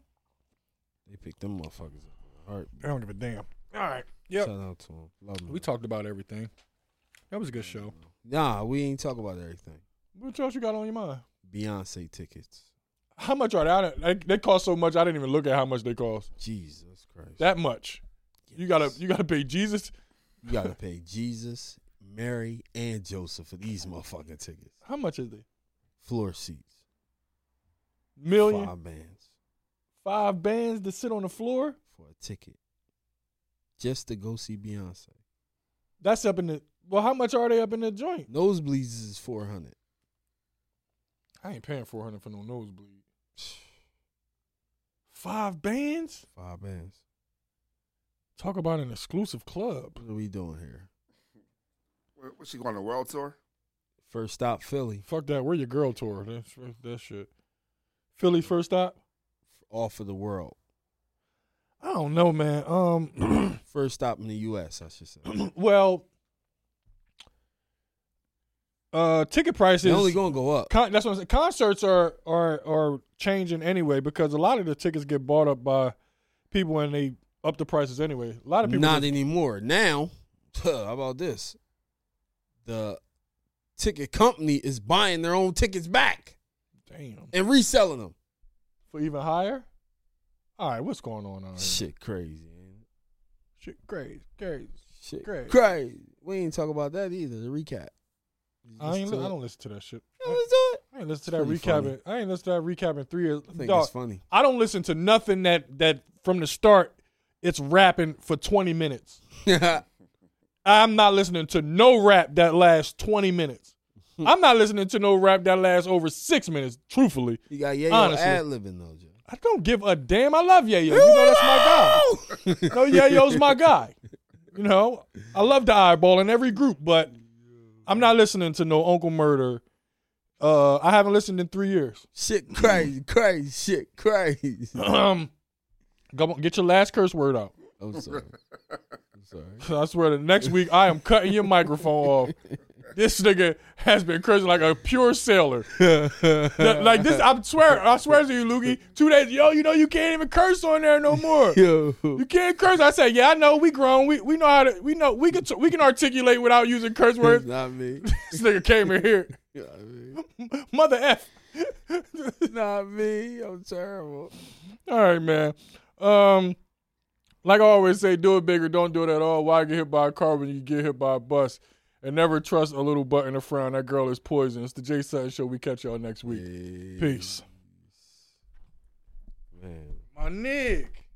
Speaker 3: they pick them motherfuckers up. All right,
Speaker 5: I don't give a damn. All right, yep.
Speaker 3: shout out to them. Love 'em.
Speaker 5: we talked about everything. That was a good show.
Speaker 3: Nah, we ain't talk about everything.
Speaker 5: What else you got on your mind?
Speaker 3: Beyonce tickets.
Speaker 5: How much are they? I don't- They, they cost so much. I didn't even look at how much they cost.
Speaker 3: Jesus Christ.
Speaker 5: That much. You gotta you gotta pay Jesus.
Speaker 3: You gotta pay Jesus, Mary, and Joseph for these motherfucking tickets.
Speaker 5: How much is it?
Speaker 3: Floor seats.
Speaker 5: Million five.
Speaker 3: Five bands
Speaker 5: bands to sit on the floor.
Speaker 3: for a ticket. Just to go see Beyonce.
Speaker 5: That's up in the. Well, how much are they up in the joint?
Speaker 3: Nosebleeds is four hundred.
Speaker 5: I ain't paying four hundred for no nosebleed. Five bands.
Speaker 3: Five bands.
Speaker 5: Talk about an exclusive club.
Speaker 3: What are we doing here?
Speaker 4: What, what she going on a world tour?
Speaker 3: First stop Philly.
Speaker 5: Fuck that. Where your girl tour? That's that shit. Philly first stop.
Speaker 3: Off of the world.
Speaker 5: I don't know, man. Um,
Speaker 3: First stop in the US, I should say.
Speaker 5: well, uh, ticket prices.
Speaker 3: They're only gonna go up.
Speaker 5: Con- that's what I'm saying. Concerts are are are changing anyway because a lot of the tickets get bought up by people and they up the prices anyway. A lot of people.
Speaker 3: Not
Speaker 5: just-
Speaker 3: anymore. Now, how about this? The ticket company is buying their own tickets back
Speaker 5: damn.
Speaker 3: and reselling them.
Speaker 5: For even higher. All right, what's going on out here?
Speaker 3: Shit crazy, man.
Speaker 5: Shit, crazy, crazy.
Speaker 3: Shit
Speaker 5: Crazy.
Speaker 3: crazy. We ain't talk about that either. The recap.
Speaker 5: I ain't. Li-
Speaker 3: Listen to
Speaker 5: I
Speaker 3: it.
Speaker 5: don't listen to that shit.
Speaker 3: You don't listen to it?
Speaker 5: I I ain't listen to that
Speaker 3: Pretty
Speaker 5: recap.
Speaker 3: funny.
Speaker 5: in- I ain't listen to that recap in three years.
Speaker 3: I think
Speaker 5: Dog,
Speaker 3: it's funny.
Speaker 5: I don't listen to nothing that that from the start. It's rapping for twenty minutes. I'm not listening to no rap that lasts twenty minutes. I'm not listening to no rap that lasts over six minutes. Truthfully,
Speaker 3: you got Yayo
Speaker 5: Honestly.
Speaker 3: ad libbing though, Joe.
Speaker 5: I don't give a damn. I love Yayo. You know that's my guy. No, Yayo's my guy. You know, I love the eyeball in every group, but I'm not listening to no Uncle Murder. Uh, I haven't listened in three years.
Speaker 3: Shit crazy, crazy, shit crazy.
Speaker 5: Um, Come on, get your last curse word out.
Speaker 3: I'm sorry. I'm sorry.
Speaker 5: I swear, the next week I am cutting your microphone off. This nigga has been cursing like a pure sailor. Th- like this, I swear, I swear to you, Lukey. Two days, yo, you know you can't even curse on there no more.
Speaker 3: Yo.
Speaker 5: You can't curse. I said, yeah, I know. We grown. We we know how to. We know we can t- we can articulate without using curse
Speaker 3: It's
Speaker 5: words.
Speaker 3: not me.
Speaker 5: this nigga came in here, mother f.
Speaker 3: It's not me. I'm terrible.
Speaker 5: All right, man. Um, like I always say, do it bigger, don't do it at all. Why get hit by a car when you get hit by a bus? And never trust a little button to frown. That girl is poison. It's the Jay Sutton Show. We catch y'all next week. Peace.
Speaker 3: Man.
Speaker 5: My Nick.